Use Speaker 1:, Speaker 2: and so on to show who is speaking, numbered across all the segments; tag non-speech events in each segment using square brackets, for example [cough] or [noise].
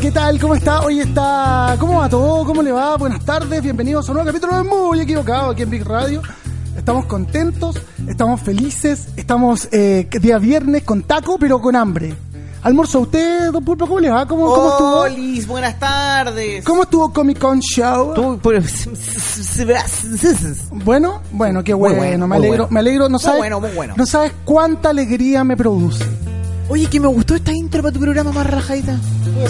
Speaker 1: ¿qué tal? ¿Cómo está? Hoy está. ¿Cómo va todo? ¿Cómo le va? Buenas tardes, bienvenidos a un nuevo capítulo de Muy Equivocado aquí en Big Radio. Estamos contentos, estamos felices, estamos eh, día viernes con taco, pero con hambre. Almuerzo a usted, don Pulpo, ¿cómo le va? ¿Cómo, Oh, cómo estuvo?
Speaker 2: Olis, buenas tardes.
Speaker 1: ¿Cómo estuvo Comic Con Show?
Speaker 2: Tú, pero- Muy
Speaker 1: Bueno, bueno, qué bueno, me
Speaker 2: bueno, muy
Speaker 1: alegro,
Speaker 2: bueno.
Speaker 1: me alegro, no sabes,
Speaker 2: bueno, muy bueno.
Speaker 1: no sabes cuánta alegría me produce.
Speaker 2: Oye, que me gustó esta intro para tu programa más rajadita.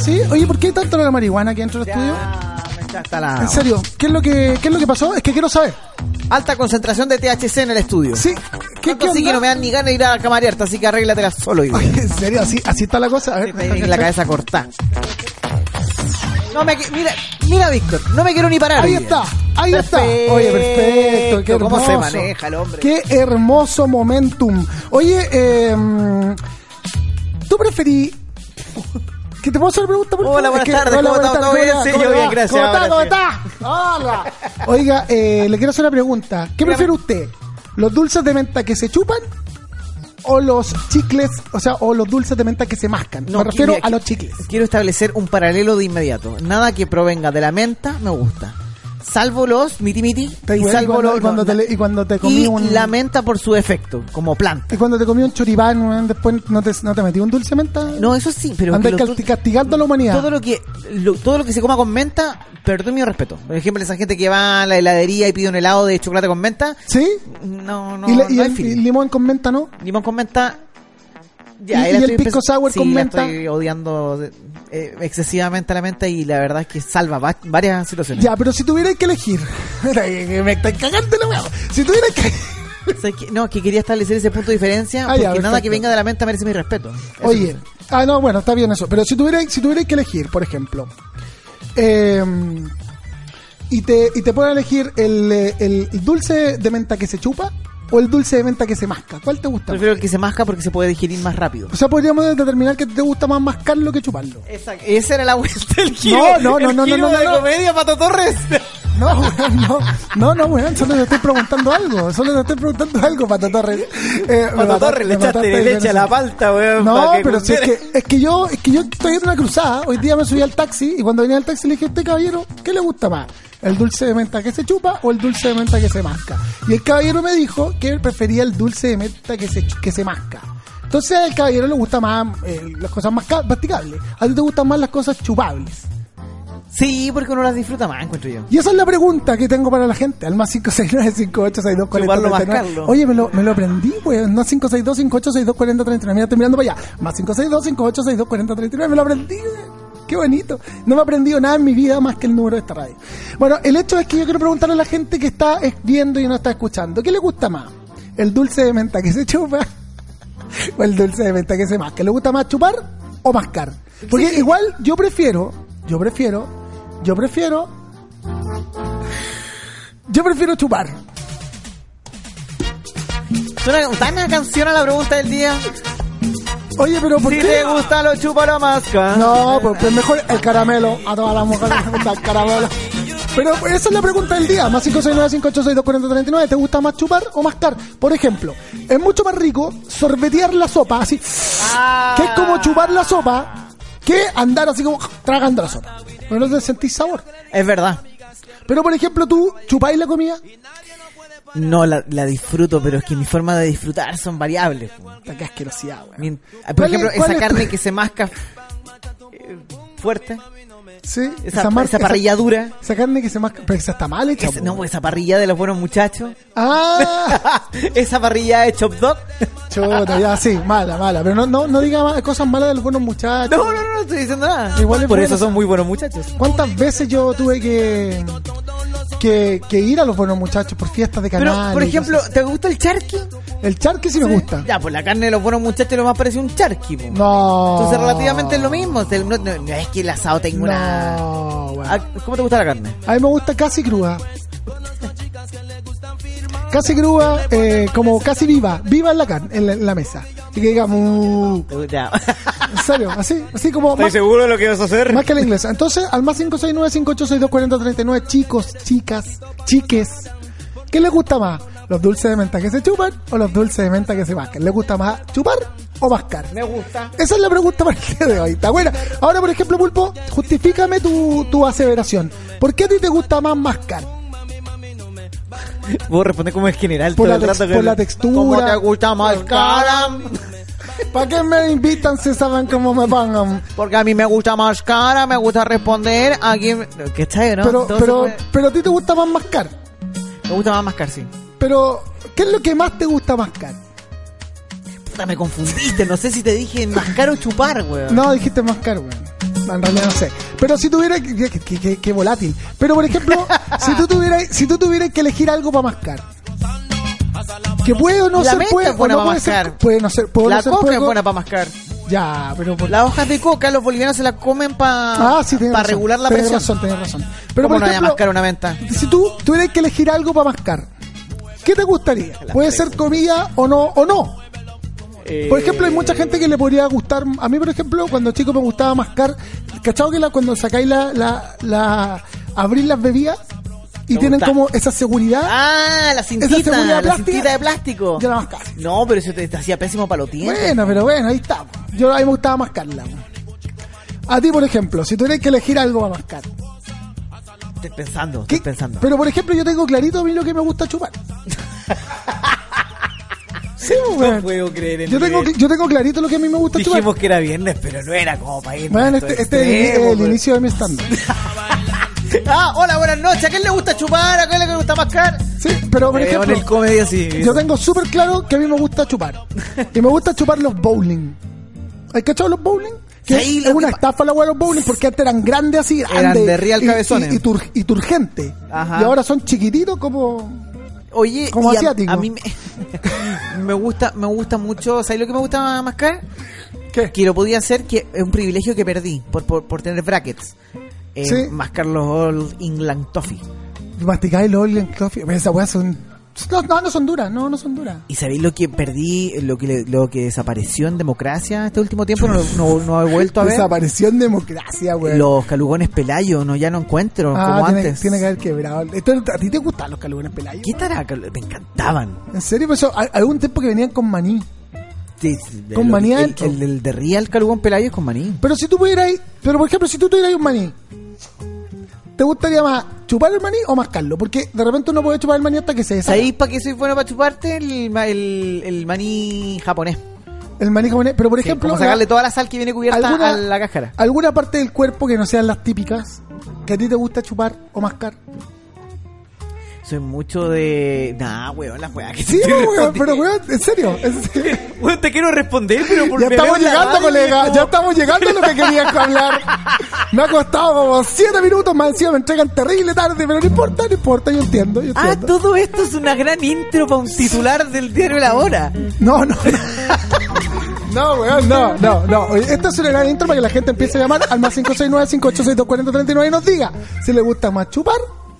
Speaker 1: ¿Sí? Oye, ¿por qué hay tanto la marihuana que entra al estudio?
Speaker 2: me está hasta la-
Speaker 1: En serio, ¿qué es lo que qué es lo que pasó? Es que quiero saber.
Speaker 2: Alta concentración de THC en el estudio.
Speaker 1: Sí, ¿qué, qué
Speaker 2: Tanto así
Speaker 1: onda? [laughs]
Speaker 2: que no me dan ni ganas de ir a la camarearta, así que arréglatela solo. Hoy.
Speaker 1: Oye, en serio, así, así está la cosa. A ver,
Speaker 2: Tenés la cabeza cortada. No me qui- mira, mira Víctor, no me quiero ni parar.
Speaker 1: Ahí
Speaker 2: hoy
Speaker 1: está,
Speaker 2: día.
Speaker 1: ahí está. Oye, perfecto, qué hermoso.
Speaker 2: ¿Cómo se maneja el hombre?
Speaker 1: Qué hermoso momentum. Oye, eh, ¿tú preferí? ¿Que te puedo hacer una pregunta? por favor?
Speaker 2: Hola,
Speaker 1: Es
Speaker 2: buenas
Speaker 1: que-
Speaker 2: tardes, ¿cómo
Speaker 1: buenas
Speaker 2: está?
Speaker 1: tardes,
Speaker 2: ¿Todo bien?
Speaker 1: ¿cómo
Speaker 2: Sí,
Speaker 1: le va?
Speaker 2: yo bien,
Speaker 1: ¿Cómo
Speaker 2: gracias,
Speaker 1: está? ¿Cómo
Speaker 2: gracias.
Speaker 1: está? Hola. Oiga, eh, le quiero hacer una pregunta. ¿Qué prefiere usted? ¿Los dulces de menta que se chupan? O los chicles, o sea, o los dulces de menta que se mascan.
Speaker 2: No,
Speaker 1: Me refiero
Speaker 2: mira,
Speaker 1: a los chicles.
Speaker 2: Quiero establecer un paralelo de inmediato. Nada que provenga de la menta me gusta. Salvo los mitimiti
Speaker 1: Te
Speaker 2: y
Speaker 1: igual,
Speaker 2: salvo
Speaker 1: cuando-
Speaker 2: los-
Speaker 1: y cuando
Speaker 2: no,
Speaker 1: te le-
Speaker 2: no.
Speaker 1: y cuando te comí
Speaker 2: Y
Speaker 1: un-
Speaker 2: la menta por su efecto, como planta.
Speaker 1: Y cuando te comí un choripán, weón, después no te, no te metí un dulce menta.
Speaker 2: No, eso sí, pero
Speaker 1: Andas
Speaker 2: que los
Speaker 1: casti-
Speaker 2: dul-
Speaker 1: castigando a la humanidad.
Speaker 2: todo lo que lo- todo lo que se coma con menta, perdón mi respeto. Por ejemplo, esa gente que va a la heladería y pide un helado de chocolate con menta,
Speaker 1: ¿Sí?
Speaker 2: no no,
Speaker 1: y, le- y
Speaker 2: no hay
Speaker 1: el, y
Speaker 2: feeling.
Speaker 1: limón con menta, ¿no?
Speaker 2: limón con menta.
Speaker 1: ¿Y- y
Speaker 2: ahí la
Speaker 1: el
Speaker 2: estoy
Speaker 1: pisco
Speaker 2: empezando-
Speaker 1: sour
Speaker 2: sí,
Speaker 1: con
Speaker 2: la
Speaker 1: menta?
Speaker 2: estoy odiando eh, excesivamente la menta y la verdad es que salva va- varias situaciones.
Speaker 1: Ya, pero si tuvierais que elegir. [laughs] Me están cagando la weá. Si tuvierais que.
Speaker 2: O sea, que- no, que quería establecer ese punto de diferencia
Speaker 1: Ah,
Speaker 2: porque
Speaker 1: ya,
Speaker 2: nada
Speaker 1: perfecto.
Speaker 2: que venga de la menta merece mi respeto. Eso
Speaker 1: Oye.
Speaker 2: es.
Speaker 1: Ah, no, bueno, está bien eso. Pero si tuvierais si tuvierais que elegir, por ejemplo. eh, y te, y te pueden elegir el, eh, el, el dulce de menta que se chupa o el dulce de menta que se masca. ¿Cuál te gusta? más?
Speaker 2: prefiero el que se masca porque se puede digerir más rápido.
Speaker 1: O sea, podríamos determinar que te gusta más mascarlo que chuparlo.
Speaker 2: Exacto. Esa era la vuelta [laughs] del giro.
Speaker 1: no, no,
Speaker 2: el
Speaker 1: no, no,
Speaker 2: giro
Speaker 1: no, no,
Speaker 2: de
Speaker 1: no.
Speaker 2: comedia Pato Torres.
Speaker 1: No, [laughs] weón, no, no, no, weón, solo te estoy preguntando algo, solo te estoy preguntando [laughs] algo, Pato Torres. Eh, me
Speaker 2: [laughs] Pato
Speaker 1: mata-
Speaker 2: Torres le
Speaker 1: me
Speaker 2: echaste
Speaker 1: mataste,
Speaker 2: leche a la palta, weón.
Speaker 1: No,
Speaker 2: para que
Speaker 1: pero si es
Speaker 2: cundiera.
Speaker 1: que, es que yo, es que yo estoy en una cruzada, hoy día me subí al taxi y cuando venía al taxi le dije, este caballero, ¿qué le gusta más? ¿El dulce de menta que se chupa o el dulce de menta que se masca? Y el caballero me dijo que él prefería el dulce de menta que se, que se masca. Entonces al caballero le gusta más eh, las cosas más masticables, a ti te gustan más las cosas chupables.
Speaker 2: Sí, porque uno las disfruta más, encuentro yo.
Speaker 1: Y esa es la pregunta que tengo para la gente. Al más 569-5862-4039.
Speaker 2: Chuparlo más, Carlos.
Speaker 1: Oye, me lo, me lo aprendí, weón. No 562-5862-4039. Mira, estoy mirando para allá. Más 562-5862-4039. Me lo aprendí, weón. Qué bonito. No me he aprendido nada en mi vida más que el número de esta radio. Bueno, el hecho es que yo quiero preguntarle a la gente que está es- viendo y no está escuchando. ¿Qué le gusta más? ¿El dulce de menta que se chupa? [laughs] ¿O el dulce de menta que se masca? ¿Le gusta más chupar o mascar? Porque igual yo prefiero, yo prefiero, yo prefiero yo prefiero chupar.
Speaker 2: Suena tan a canción a la pregunta del día.
Speaker 1: Oye, pero ¿por
Speaker 2: Si
Speaker 1: qué?
Speaker 2: te gusta lo chupa la masca.
Speaker 1: No, pues, pues mejor el caramelo. A todas las mujeres les gusta el caramelo. Pero pues, esa es la pregunta del día. Más 569-586-24039. ¿Te gusta más chupar o mascar? Por ejemplo, es mucho más rico sorbetear la sopa así.
Speaker 2: Ah.
Speaker 1: Que es como chupar la sopa que andar así como tragando la sopa. Pero no te sentís sabor.
Speaker 2: Es verdad.
Speaker 1: Pero por ejemplo, tú chupáis la comida.
Speaker 2: No, la, la disfruto, pero es que mi forma de disfrutar son variables. po.
Speaker 1: Puta, Qué asquerosidad, weón.
Speaker 2: Mi-
Speaker 1: ¿Cuál
Speaker 2: Por
Speaker 1: es-
Speaker 2: ejemplo,
Speaker 1: cuál
Speaker 2: esa
Speaker 1: es tu-
Speaker 2: carne que se masca eh, fuerte,
Speaker 1: Sí,
Speaker 2: esa,
Speaker 1: mar-
Speaker 2: esa parrilla dura.
Speaker 1: Esa carne que se masca. Pero esa está mal hecha.
Speaker 2: esa-
Speaker 1: po.
Speaker 2: no, pues. esa parrilla de los buenos muchachos. [laughs]
Speaker 1: Ah.
Speaker 2: esa parrilla de Chop Dog. [laughs]
Speaker 1: Chuta, ya, sí, mala, mala. Pero no, no, no diga ma- cosas malas de algunos muchachos.
Speaker 2: No, no, no, no estoy diciendo nada.
Speaker 1: Igual es
Speaker 2: Por
Speaker 1: buena
Speaker 2: eso
Speaker 1: esa-
Speaker 2: son muy buenos muchachos.
Speaker 1: ¿Cuántas veces yo tuve que, que, que ir a los buenos muchachos por fiestas de canal?
Speaker 2: Pero, por ejemplo, ¿te gusta el charqui?
Speaker 1: el charque sí me gusta.
Speaker 2: Ya, pues la carne de los buenos muchachos lo más parece un charqui. po.
Speaker 1: No.
Speaker 2: Entonces, relativamente es lo mismo. Te- No, no- no es que el asado tenga una.
Speaker 1: No, bueno.
Speaker 2: Ah, ¿Cómo te gusta la carne?
Speaker 1: A mí me gusta casi cruda. Casi cruda, eh, como casi viva. Viva en la, can- en la, en la mesa. Y que diga, "Mu".
Speaker 2: [laughs] Ya.
Speaker 1: en serio, así, así como... [laughs] más-
Speaker 2: seguro de lo que vas a hacer?
Speaker 1: Más que la inglesa. Entonces, al más 569-5862-4039, chicos, chicas, chiques, ¿qué les gusta más? ¿Los dulces de menta que se chupan o los dulces de menta que se mascan? ¿Les gusta más chupar o mascar? [laughs]
Speaker 2: Me gusta.
Speaker 1: Esa es la pregunta para el día de hoy. Está buena. Ahora, por ejemplo, Pulpo, justifícame tu, tu aseveración. ¿Por qué a ti te gusta más mascar?
Speaker 2: Puedo responder como en general.
Speaker 1: Por
Speaker 2: todo
Speaker 1: la
Speaker 2: el
Speaker 1: tex-
Speaker 2: rato que-
Speaker 1: por la textura.
Speaker 2: ¿Cómo te gusta más, cara?
Speaker 1: ¿Para qué me invitan si saben cómo me pagan?
Speaker 2: Porque a mí me gusta más cara, me gusta responder. Aquí, ¿qué está, no?
Speaker 1: Pero,
Speaker 2: Todo se
Speaker 1: pero,
Speaker 2: puede-
Speaker 1: pero a ti te gusta más mascar.
Speaker 2: Me gusta más mascar, sí.
Speaker 1: Pero, ¿qué es lo que más te gusta mascar?
Speaker 2: Puta, me confundiste. No sé si te dije mascar o chupar, weón.
Speaker 1: No, dijiste mascar, weón. En realidad no sé. Pero si tuviera que, que- que- que- que volátil. Pero por
Speaker 2: [laughs]
Speaker 1: ejemplo, si tú tuvieras, si tú tuvieras que elegir algo para mascar. Que puede o no
Speaker 2: La
Speaker 1: ser
Speaker 2: menta
Speaker 1: puede,
Speaker 2: es buena
Speaker 1: o no
Speaker 2: pa'
Speaker 1: puede ser,
Speaker 2: mascar.
Speaker 1: puede no ser, puede
Speaker 2: La
Speaker 1: no ser
Speaker 2: coca es
Speaker 1: puerco.
Speaker 2: buena para mascar.
Speaker 1: Ya, pero por
Speaker 2: Las hojas de coca los bolivianos se las comen para
Speaker 1: Ah, sí, tenés razón,
Speaker 2: regular la
Speaker 1: tenés
Speaker 2: presión.
Speaker 1: razón, tenés razón. Pero
Speaker 2: ¿Cómo
Speaker 1: por
Speaker 2: no voy a
Speaker 1: ejemplo,
Speaker 2: mascar una menta?
Speaker 1: si tú tuvieras que elegir algo para mascar, ¿qué te gustaría?
Speaker 2: [laughs]
Speaker 1: Puede ser comida o no o no. Por ejemplo, hay
Speaker 2: Eh,
Speaker 1: mucha gente que le podría gustar. A mí, por ejemplo, cuando chico me gustaba mascar. ¿Cachado que la, cuando sacáis la, la, la. abrís las bebidas y
Speaker 2: Me
Speaker 1: tienen
Speaker 2: gusta.
Speaker 1: como esa seguridad?
Speaker 2: Ah, la
Speaker 1: Esa seguridad
Speaker 2: cintita, la
Speaker 1: plástica,
Speaker 2: cintita de plástico.
Speaker 1: yo la mascaba.
Speaker 2: No, pero eso te, te hacía pésimo para los dientes.
Speaker 1: Bueno, pero bueno, ahí está. Yo a mí me gustaba mascarla. A ti, por ejemplo, si tuvieras que elegir algo para mascar.
Speaker 2: Estoy pensando,
Speaker 1: ¿qué-
Speaker 2: estoy pensando.
Speaker 1: Pero, por ejemplo, yo tengo clarito a mí lo que me gusta
Speaker 2: [laughs]
Speaker 1: chupar. sí,
Speaker 2: no
Speaker 1: bueno.
Speaker 2: puedo creer en
Speaker 1: Yo tengo,
Speaker 2: que
Speaker 1: yo tengo clarito lo que a mí me gusta chupar.
Speaker 2: Dijimos que era viernes, pero no era como para irnos
Speaker 1: Bueno,
Speaker 2: a estos
Speaker 1: este, este es el-
Speaker 2: extremos,
Speaker 1: el,
Speaker 2: pero-
Speaker 1: inicio de mi stand
Speaker 2: Ah, hola, buenas noches. ¿A quién le gusta chupar? ¿A quién le gusta mascar?
Speaker 1: Sí, pero por
Speaker 2: Eh,
Speaker 1: ejemplo,
Speaker 2: en el comedy así.
Speaker 1: yo tengo súper claro que a mí me gusta chupar. Y me gusta chupar los bowling. ¿Has cachado los bowling? Que
Speaker 2: Sí,
Speaker 1: es
Speaker 2: lo que
Speaker 1: una
Speaker 2: pa-
Speaker 1: estafa la hueá de los bowling porque antes eran grandes así.
Speaker 2: Eran
Speaker 1: grandes,
Speaker 2: de real
Speaker 1: y-
Speaker 2: cabezones.
Speaker 1: Y, y tur- y turgentes.
Speaker 2: Ajá.
Speaker 1: Y ahora son chiquititos como...
Speaker 2: Oye,
Speaker 1: Como
Speaker 2: y a-
Speaker 1: asiático.
Speaker 2: A, mí [laughs] me, me gusta, me gusta mucho. ¿Sabes lo que me gusta mascar?
Speaker 1: ¿Qué?
Speaker 2: Que lo podía hacer, que es un privilegio que perdí por, por, por tener brackets. Eh,
Speaker 1: Sí.
Speaker 2: Mascar los All England Toffee.
Speaker 1: Masticar el oil and coffee. Pero esas weas son... No, no, no son duras. No, no son duras.
Speaker 2: ¿Y sabéis lo que perdí, lo que, le- lo que desapareció en democracia este último tiempo? No, no, no he vuelto a ver.
Speaker 1: Desapareció en democracia, weón.
Speaker 2: Los calugones pelayo, no, ya no encuentro
Speaker 1: Ah,
Speaker 2: como
Speaker 1: tiene,
Speaker 2: antes.
Speaker 1: tiene que haber quebrado. Esto- ¿A ti te gustan los calugones pelados?
Speaker 2: ¿Qué tal? Me encantaban.
Speaker 1: ¿En serio? Pues eso, hay- hay un tiempo que venían con maní.
Speaker 2: Sí, sí,
Speaker 1: Con
Speaker 2: el-
Speaker 1: maní
Speaker 2: el-
Speaker 1: adentro.
Speaker 2: El, el de Real Calugón Pelayo es con maní.
Speaker 1: Pero si tú pudieras ir- pero por ejemplo, si tú tuvieras un maní, ¿te gustaría más chupar el maní o mascarlo? Porque de repente uno puede chupar el maní hasta que se deshaga.
Speaker 2: ¿Sabéis para qué soy bueno para chuparte? El, ma- el, el maní japonés.
Speaker 1: El maní japonés. Pero por
Speaker 2: Sí,
Speaker 1: ejemplo,
Speaker 2: como sacarle toda la sal que viene cubierta a la cáscara.
Speaker 1: alguna parte del cuerpo que no sean las típicas que a ti te gusta chupar o mascar.
Speaker 2: Soy mucho de. Nah, weón, las weas que
Speaker 1: Sí,
Speaker 2: te
Speaker 1: weón,
Speaker 2: respondí.
Speaker 1: pero weón, en serio. en serio.
Speaker 2: Weón, te quiero responder, pero por
Speaker 1: Ya
Speaker 2: me
Speaker 1: estamos
Speaker 2: veo en la
Speaker 1: llegando,
Speaker 2: radio,
Speaker 1: colega.
Speaker 2: como-
Speaker 1: Ya estamos llegando a lo que
Speaker 2: [laughs]
Speaker 1: querías hablar. Me ha costado como siete minutos más encima. Me entregan terrible tarde, pero no importa, no importa. Yo entiendo, yo
Speaker 2: Ah,
Speaker 1: entiendo.
Speaker 2: todo esto es una gran intro para un titular del diario La Hora.
Speaker 1: No, no. [laughs] No, weón, no, no, no. Oye, Esta es una gran intro para que la gente empiece a llamar al más 569-586-240-39 y nos diga si le gusta más chupar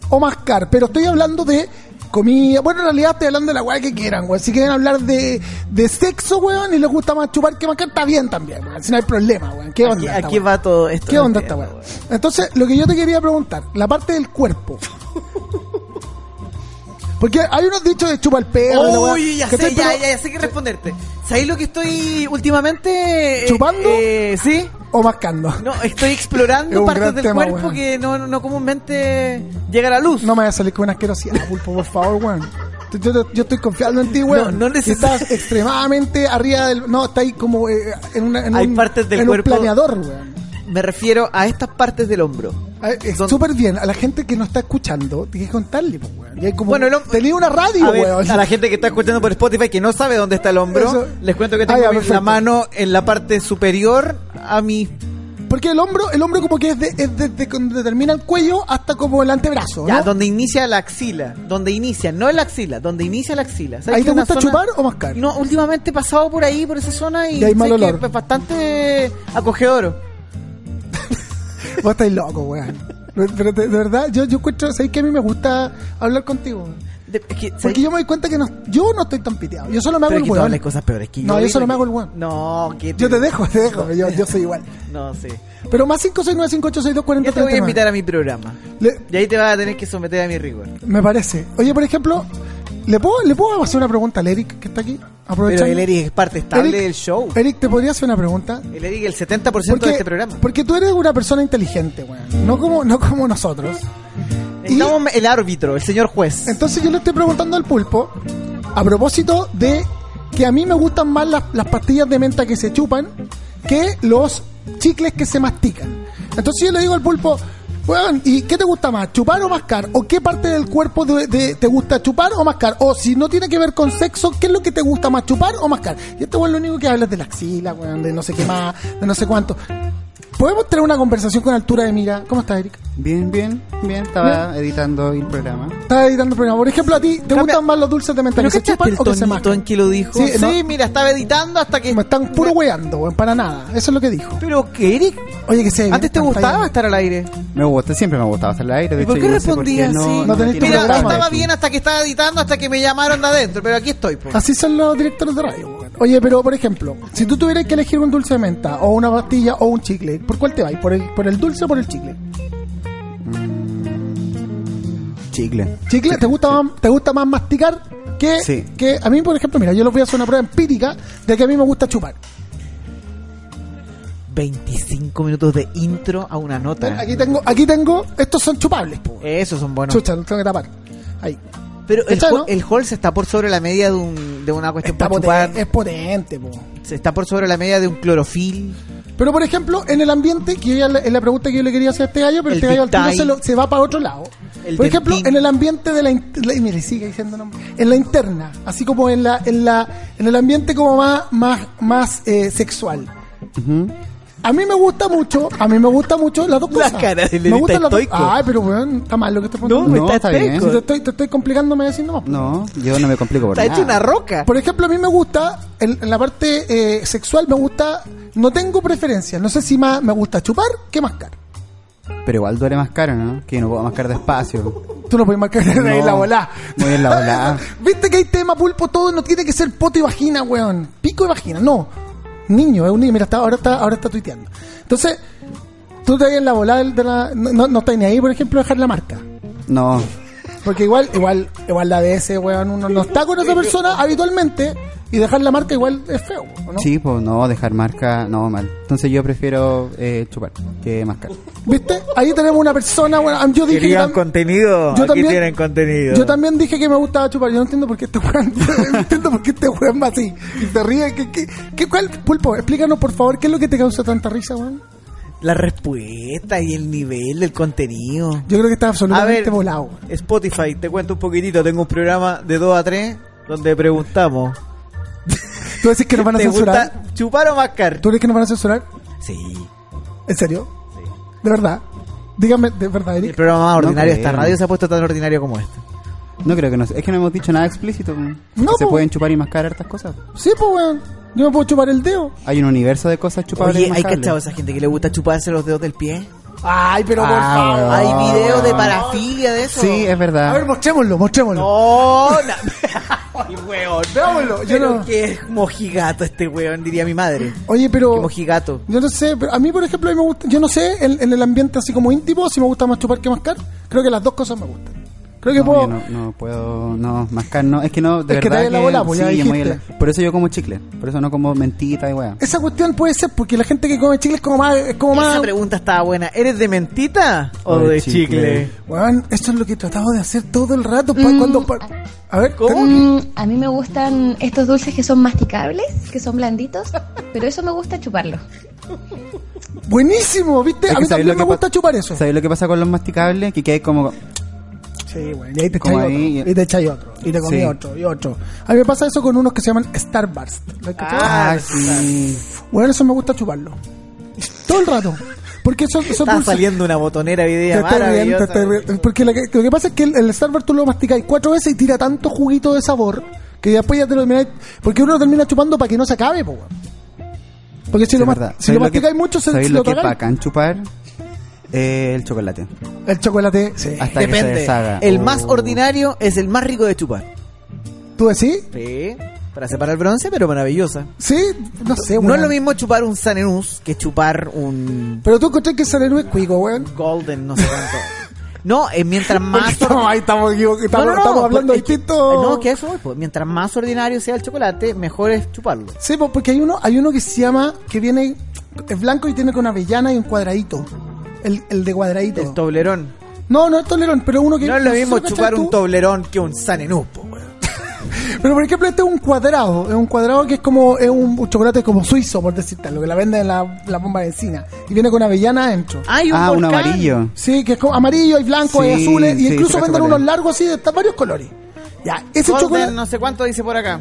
Speaker 1: o mascar. Pero estoy hablando de comida. Bueno, en realidad estoy hablando de la weá que quieran, weón. Si quieren hablar de, de sexo, weón, y les gusta más chupar que mascar, está bien también, weón. Si no hay problema, weón. ¿Qué onda?
Speaker 2: Aquí,
Speaker 1: esta
Speaker 2: aquí
Speaker 1: weá?
Speaker 2: va todo esto.
Speaker 1: ¿Qué
Speaker 2: no
Speaker 1: onda esta
Speaker 2: entiendo,
Speaker 1: weá? Entonces, lo que yo te quería preguntar, la parte del
Speaker 2: [laughs]
Speaker 1: cuerpo. Porque hay unos dichos de chupa el perro. la weá,
Speaker 2: Uy, ya
Speaker 1: ¿cachai?
Speaker 2: sé, ya,
Speaker 1: Pero-
Speaker 2: ya, ya sé qué responderte. ¿Sabéis lo que estoy últimamente. eh,
Speaker 1: ¿Chupando?
Speaker 2: eh, sí.
Speaker 1: O mascando.
Speaker 2: No, estoy
Speaker 1: Es
Speaker 2: explorando
Speaker 1: un
Speaker 2: partes
Speaker 1: gran
Speaker 2: del
Speaker 1: tema,
Speaker 2: cuerpo
Speaker 1: weón.
Speaker 2: que no, no comúnmente llega a la luz.
Speaker 1: No me vayas a salir con una asquerosidad, pulpo, por favor, weón. Yo, yo- yo estoy confiando en ti, weón.
Speaker 2: No, no neces-
Speaker 1: Estás extremadamente arriba del. No, está ahí como eh, en, una, en
Speaker 2: Hay
Speaker 1: un,
Speaker 2: partes del
Speaker 1: en
Speaker 2: cuerpo-
Speaker 1: un planeador, weón.
Speaker 2: Me refiero a estas partes del hombro.
Speaker 1: A- es
Speaker 2: Son-
Speaker 1: Súper bien. A la gente que no está escuchando, tienes que contarle, pues, weón. Y hay como,
Speaker 2: Bueno, el hom-
Speaker 1: tenía una radio,
Speaker 2: a, ver,
Speaker 1: weón.
Speaker 2: a la gente que está escuchando por Spotify que no sabe dónde está el hombro,
Speaker 1: Eso.
Speaker 2: les cuento que
Speaker 1: Ah, ya,
Speaker 2: tengo mi-
Speaker 1: perfecto.
Speaker 2: la mano en la parte superior a mi...
Speaker 1: Porque el hombro, el hombro como que es de- es desde donde termina el cuello hasta como el antebrazo.
Speaker 2: Ya,
Speaker 1: ¿no?
Speaker 2: donde inicia la axila. Donde inicia, no la axila, donde inicia la axila. ¿Sabes
Speaker 1: ¿Ahí
Speaker 2: que
Speaker 1: te
Speaker 2: una
Speaker 1: gusta chupar o mascar?
Speaker 2: No, últimamente he pasado por ahí, por esa zona y,
Speaker 1: Y hay mal
Speaker 2: sé que
Speaker 1: olor.
Speaker 2: es bastante acogedor.
Speaker 1: Vos estáis loco, weón. Pero de, de verdad, yo, yo encuentro, ¿sabéis que a mí me gusta hablar contigo?
Speaker 2: De- es que, ¿sabes
Speaker 1: Porque yo me doy cuenta que no, yo no estoy tan piteado. Yo solo me hago
Speaker 2: Pero
Speaker 1: el
Speaker 2: aquí tú
Speaker 1: weón.
Speaker 2: hablas cosas peores que yo.
Speaker 1: No, yo
Speaker 2: digo
Speaker 1: solo me
Speaker 2: que-
Speaker 1: hago el weón.
Speaker 2: No, que
Speaker 1: Yo te dejo, te dejo. Yo, yo soy igual.
Speaker 2: No sé.
Speaker 1: Pero más 569
Speaker 2: Yo te voy a invitar a mi programa.
Speaker 1: Le-
Speaker 2: Y ahí te vas a tener que someter a mi rigor.
Speaker 1: Me parece. Oye, por ejemplo, ¿le puedo, ¿le puedo hacer una pregunta al Eric que está aquí?
Speaker 2: Pero
Speaker 1: aprovechando.
Speaker 2: el Eric es parte estable
Speaker 1: Eric, eh,
Speaker 2: del show.
Speaker 1: Eric, ¿te podría hacer una pregunta?
Speaker 2: El Eric es el 70%
Speaker 1: Porque,
Speaker 2: de este programa.
Speaker 1: porque tú eres una persona inteligente, weón. No como, no como nosotros.
Speaker 2: Necesitamos el árbitro, el señor juez.
Speaker 1: Entonces yo le estoy preguntando al pulpo, a propósito de que a mí me gustan más las, las pastillas de menta que se chupan que los chicles que se mastican. Entonces yo le digo al pulpo, weón, ¿y qué te gusta más? ¿Chupar o mascar? ¿O qué parte del cuerpo de- de- te gusta chupar o mascar? O si no tiene que ver con sexo, ¿qué es lo que te gusta más? ¿Chupar o mascar? Y este weón lo único que habla es de la axila, weón, de no sé qué más, de no sé cuánto. ¿Podemos tener una conversación con altura de mira? ¿Cómo estás, Erika?
Speaker 3: Bien, bien, bien. Estaba editando el programa.
Speaker 1: Estás editando el programa. Por ejemplo, a ti te
Speaker 2: Cambia-
Speaker 1: gustan más los dulces de menta
Speaker 2: ¿Pero
Speaker 1: que se
Speaker 2: cachaste
Speaker 1: chupan
Speaker 2: el
Speaker 1: o que se
Speaker 2: tonito
Speaker 1: mascan.
Speaker 2: en que lo dijo?
Speaker 1: Sí,
Speaker 2: Sí,
Speaker 1: ¿no?
Speaker 2: mira, estaba editando hasta que...
Speaker 1: Me están puro weando, weón, para nada. Eso es lo que dijo.
Speaker 2: Pero que Eric,
Speaker 1: Oye, que se.
Speaker 2: antes te
Speaker 1: están
Speaker 2: gustaba
Speaker 1: fallando.
Speaker 2: estar al aire.
Speaker 3: Me gusta, siempre me ha gustado hacer el aire. De
Speaker 2: ¿Y por
Speaker 3: hecho,
Speaker 2: qué
Speaker 3: yo no sé
Speaker 2: respondías
Speaker 3: por qué
Speaker 2: así?
Speaker 1: No tenés tu
Speaker 3: tiene
Speaker 2: Mira,
Speaker 1: programa.
Speaker 3: nada.
Speaker 2: estaba bien hasta que estaba editando, hasta que me llamaron de adentro, pero aquí estoy. po.
Speaker 1: Así son los directores de radio, weón. Oye, pero por ejemplo, si tú tuvieras que elegir un dulce de menta, o una pastilla, o un chicle, ¿por cuál te vais? ¿Por el, por el dulce o por el chicle?
Speaker 3: Chicle.
Speaker 1: ¿Chicle? ¿Te gusta más, te gusta más masticar? Que,
Speaker 3: Sí.
Speaker 1: que a mí, por ejemplo, mira, yo les voy a hacer una prueba empírica de que a mí me gusta chupar.
Speaker 2: 25 minutos de intro a una nota.
Speaker 1: Aquí tengo, aquí tengo, estos son chupables, po. weón.
Speaker 2: Esos son buenos.
Speaker 1: Chucha, los tengo que tapar. Ahí.
Speaker 2: Pero el,
Speaker 1: Está,
Speaker 2: hol-
Speaker 1: ¿no?
Speaker 2: el hall se está por sobre la media de, un, de una cuestión
Speaker 1: Está
Speaker 2: para
Speaker 1: potente,
Speaker 2: chupar.
Speaker 1: es potente, po.
Speaker 2: Se está por sobre la media de un clorofil.
Speaker 1: Pero por ejemplo, en el ambiente, que ya la- es la pregunta que yo le quería hacer a este gallo, pero
Speaker 2: El
Speaker 1: este gallo al tiro
Speaker 2: Big Tie.
Speaker 1: se, lo- se va para otro lado.
Speaker 2: El
Speaker 1: por ejemplo,
Speaker 2: Dentín.
Speaker 1: en el ambiente de la, in- la- y mire, sigue diciendo nombre. en la interna, así como en la, en la, en el ambiente como más, más, más eh, sexual. A mí me gusta mucho, a mí me gusta mucho las dos
Speaker 2: La
Speaker 1: cosas.
Speaker 2: cara del
Speaker 1: me
Speaker 2: Lenita
Speaker 1: gustan las dos-
Speaker 2: estoico.
Speaker 1: Ay, pero weón, está mal lo que estoy poniendo.
Speaker 3: me No, está está bien.
Speaker 1: Si te estoy, te estoy complicando, me voy haciendo más.
Speaker 3: No, yo no me complico por
Speaker 2: Está
Speaker 3: nada.
Speaker 2: hecho una roca.
Speaker 1: Por ejemplo, a mí me gusta, en, en la parte eh, sexual me gusta, no tengo preferencia, no sé si más me gusta chupar que mascar.
Speaker 3: Pero igual duele más caro, ¿no? Que yo no puedo
Speaker 2: [laughs]
Speaker 3: mascar despacio.
Speaker 1: Tú no puedes marcar ahí
Speaker 3: No,
Speaker 1: la volá.
Speaker 3: Muy en la volá.
Speaker 1: [laughs] Viste que hay tema pulpo, todo no tiene que ser poto y vagina, weón. Pico y vagina, no. Niño, es un niño. Mira, está, ahora, está, ahora está tuiteando. Entonces, tú te vas en la volá del- de la. No, no, no estás ni ahí, por ejemplo, dejar la marca.
Speaker 3: No.
Speaker 1: Porque igual, igual, igual la de ese, weón, uno no está con esa persona habitualmente y dejar la marca igual es feo, ¿o ¿no?
Speaker 3: Sí, pues no, dejar marca, no, mal. Entonces yo prefiero eh, chupar que mascar.
Speaker 1: ¿Viste? Ahí tenemos una persona, weón. Yo dije que tam-
Speaker 2: contenido.
Speaker 1: Yo también-
Speaker 2: contenido.
Speaker 1: Yo también dije que me gustaba chupar. Yo no entiendo por qué este weón. [laughs] no entiendo por qué este weón va así. Y te ríes. ¿Qué, qué, qué- cuál, Pulpo, explícanos por favor, ¿qué es lo que te causa tanta risa, weón?
Speaker 2: La respuesta y el nivel del contenido.
Speaker 1: Yo creo que estás
Speaker 2: A
Speaker 1: absolutamente
Speaker 2: ver,
Speaker 1: volado.
Speaker 2: Spotify, te cuento un poquitito. Tengo un programa de 2 a 3 donde preguntamos:
Speaker 1: Tú decís que nos van a
Speaker 2: ¿te
Speaker 1: censurar.
Speaker 2: gusta chupar o mascar?
Speaker 1: ¿Tú crees que nos van a censurar?
Speaker 2: Sí.
Speaker 1: ¿En serio? De verdad. Dígame, de verdad,
Speaker 2: El
Speaker 1: Eric.
Speaker 2: programa más
Speaker 3: No
Speaker 2: ordinario de esta
Speaker 3: creo.
Speaker 2: radio se ha puesto tan ordinario como este.
Speaker 3: No creo que no. Es que no hemos dicho nada explícito. pues.
Speaker 1: No,
Speaker 3: se
Speaker 2: pues.
Speaker 1: po.
Speaker 3: pueden chupar y mascar hartas cosas.
Speaker 1: Sí, pues weón. Yo me puedo chupar el dedo.
Speaker 3: Hay un universo de cosas chupables. y
Speaker 2: Oye, ¿hay
Speaker 3: mascables.
Speaker 2: cachado a esa gente que le gusta chuparse los dedos del pie?
Speaker 1: Ay, pero por
Speaker 3: Ah,
Speaker 1: favor.
Speaker 3: weón.
Speaker 2: ¿Hay videos de parafilia de eso?
Speaker 3: Sí, es verdad.
Speaker 1: A ver, mostrémoslo, mostrémoslo.
Speaker 2: ¡Oh! na-
Speaker 1: [laughs]
Speaker 2: ¡Ay, weón!
Speaker 1: Veámoslo. Yo
Speaker 2: Pero
Speaker 1: no-
Speaker 2: que es mojigato este weón, diría mi madre.
Speaker 1: Oye, pero.
Speaker 2: Que mojigato.
Speaker 1: Yo no sé, pero a mí, por ejemplo, a mí me gusta, yo no sé, en, en el ambiente así como íntimo, si me gusta más chupar que mascar, creo que las dos cosas me gustan. Creo que
Speaker 3: no,
Speaker 1: puedo...
Speaker 3: yo no, no puedo, no, mascar, no, es que no, de
Speaker 1: Es que te
Speaker 3: verdad.
Speaker 1: da la bola, pues, ya
Speaker 3: sí, es muy
Speaker 1: dijiste. Este,
Speaker 3: la- por eso yo como chicle, por eso no como mentita y weá.
Speaker 1: Esa cuestión puede ser porque la gente que come chicle es como más... Es como
Speaker 2: Esa
Speaker 1: más
Speaker 2: pregunta estaba buena. ¿Eres de mentita o de, chicle?
Speaker 1: Weón, esto es lo que he tratado de hacer todo el rato. pa-
Speaker 2: Mm.
Speaker 1: cuando pa- a ver, ten-
Speaker 4: Mm, a mí me gustan estos dulces que son masticables, que son blanditos, pero eso me gusta chuparlo.
Speaker 1: buenísimo, ¿viste?
Speaker 3: Es
Speaker 1: a
Speaker 3: que
Speaker 1: mí
Speaker 3: ¿sabes
Speaker 1: también
Speaker 3: lo
Speaker 1: me
Speaker 3: que
Speaker 1: gusta
Speaker 3: pa-
Speaker 1: chupar eso. Ah,
Speaker 3: ¿Sabes lo que pasa con los masticables? Que quedáis como,
Speaker 1: Sí, weón, y ahí te
Speaker 3: Como
Speaker 1: echáis otro,
Speaker 3: ahí,
Speaker 1: y te echáis otro, y te comí
Speaker 3: Sí.
Speaker 1: otro, y otro. A mí me pasa eso con unos que se llaman Starburst. ¿Lo has cachado?
Speaker 3: ah, sí.
Speaker 1: Weón, eso me gusta chuparlo. Todo el rato. Porque eso, eso
Speaker 2: Está saliendo una botonera
Speaker 1: Te
Speaker 2: video
Speaker 1: estoy riendo, te
Speaker 2: maravillosa.
Speaker 1: estoy riendo. Porque lo que, lo que pasa es que el, el Starburst tú lo masticáis cuatro veces y tira tanto juguito de sabor que después ya te lo termináis. Porque uno lo termina chupando para que no se acabe, po, weón. Porque si,
Speaker 3: Es
Speaker 1: lo, mas-
Speaker 3: verdad.
Speaker 1: si
Speaker 3: ¿Sabéis
Speaker 1: lo
Speaker 3: lo que-
Speaker 1: masticáis mucho, se,
Speaker 3: ¿sabéis
Speaker 1: se
Speaker 3: lo
Speaker 1: lo
Speaker 3: que
Speaker 1: tragáis.
Speaker 3: pacan chupar? Eh, el chocolate.
Speaker 1: El chocolate, sí.
Speaker 3: Hasta que se
Speaker 2: Depende.
Speaker 3: deshaga.
Speaker 2: El más
Speaker 3: Oh.
Speaker 1: Uh.
Speaker 2: ordinario es el más rico de chupar.
Speaker 1: ¿Tú decís?
Speaker 2: Sí. Para separar bronce, pero maravillosa.
Speaker 1: Sí, no sé,
Speaker 2: No es
Speaker 1: weón.
Speaker 2: lo mismo chupar un Sanenús que chupar un
Speaker 1: Pero tú encontrás que Sanenú es cuico, weón.
Speaker 2: Golden, no sé cuánto. No,
Speaker 1: [laughs]
Speaker 2: eh, mientras más.
Speaker 1: Estamos, ahí estamos, equivo- estamos, estamos hablando
Speaker 2: pues, es que-
Speaker 1: distinto.
Speaker 2: No, que a eso voy, pues. Mientras más ordinario sea el chocolate, mejor es chuparlo.
Speaker 1: Sí, pues, porque hay uno, hay uno que se llama, que viene, es blanco y tiene con avellana y un cuadradito. El, el de cuadradito.
Speaker 2: El toblerón.
Speaker 1: no, no es tolerón, pero uno que...
Speaker 2: No es lo
Speaker 1: sé
Speaker 2: mismo
Speaker 1: si cachai
Speaker 2: chupar
Speaker 1: tú.
Speaker 2: un toblerón que un sanenupo, weón.
Speaker 1: Pero por ejemplo, este es un cuadrado. Es un cuadrado que es como. Es un un chocolate como suizo, por decirte, lo que la venden en la, la bomba de encina. Y viene con avellana adentro.
Speaker 2: Hay un
Speaker 3: Ah, uno
Speaker 2: volcán.
Speaker 3: amarillo.
Speaker 1: Sí, que es como amarillo, hay blanco, hay
Speaker 3: Sí,
Speaker 1: azul. Y
Speaker 3: sí,
Speaker 1: incluso
Speaker 3: sí, cacho
Speaker 1: venden
Speaker 3: cuál
Speaker 1: unos
Speaker 3: es.
Speaker 1: largos así de de varios colores. Ya, ese
Speaker 2: Golden,
Speaker 1: chocolate.
Speaker 2: no sé cuánto dice por acá.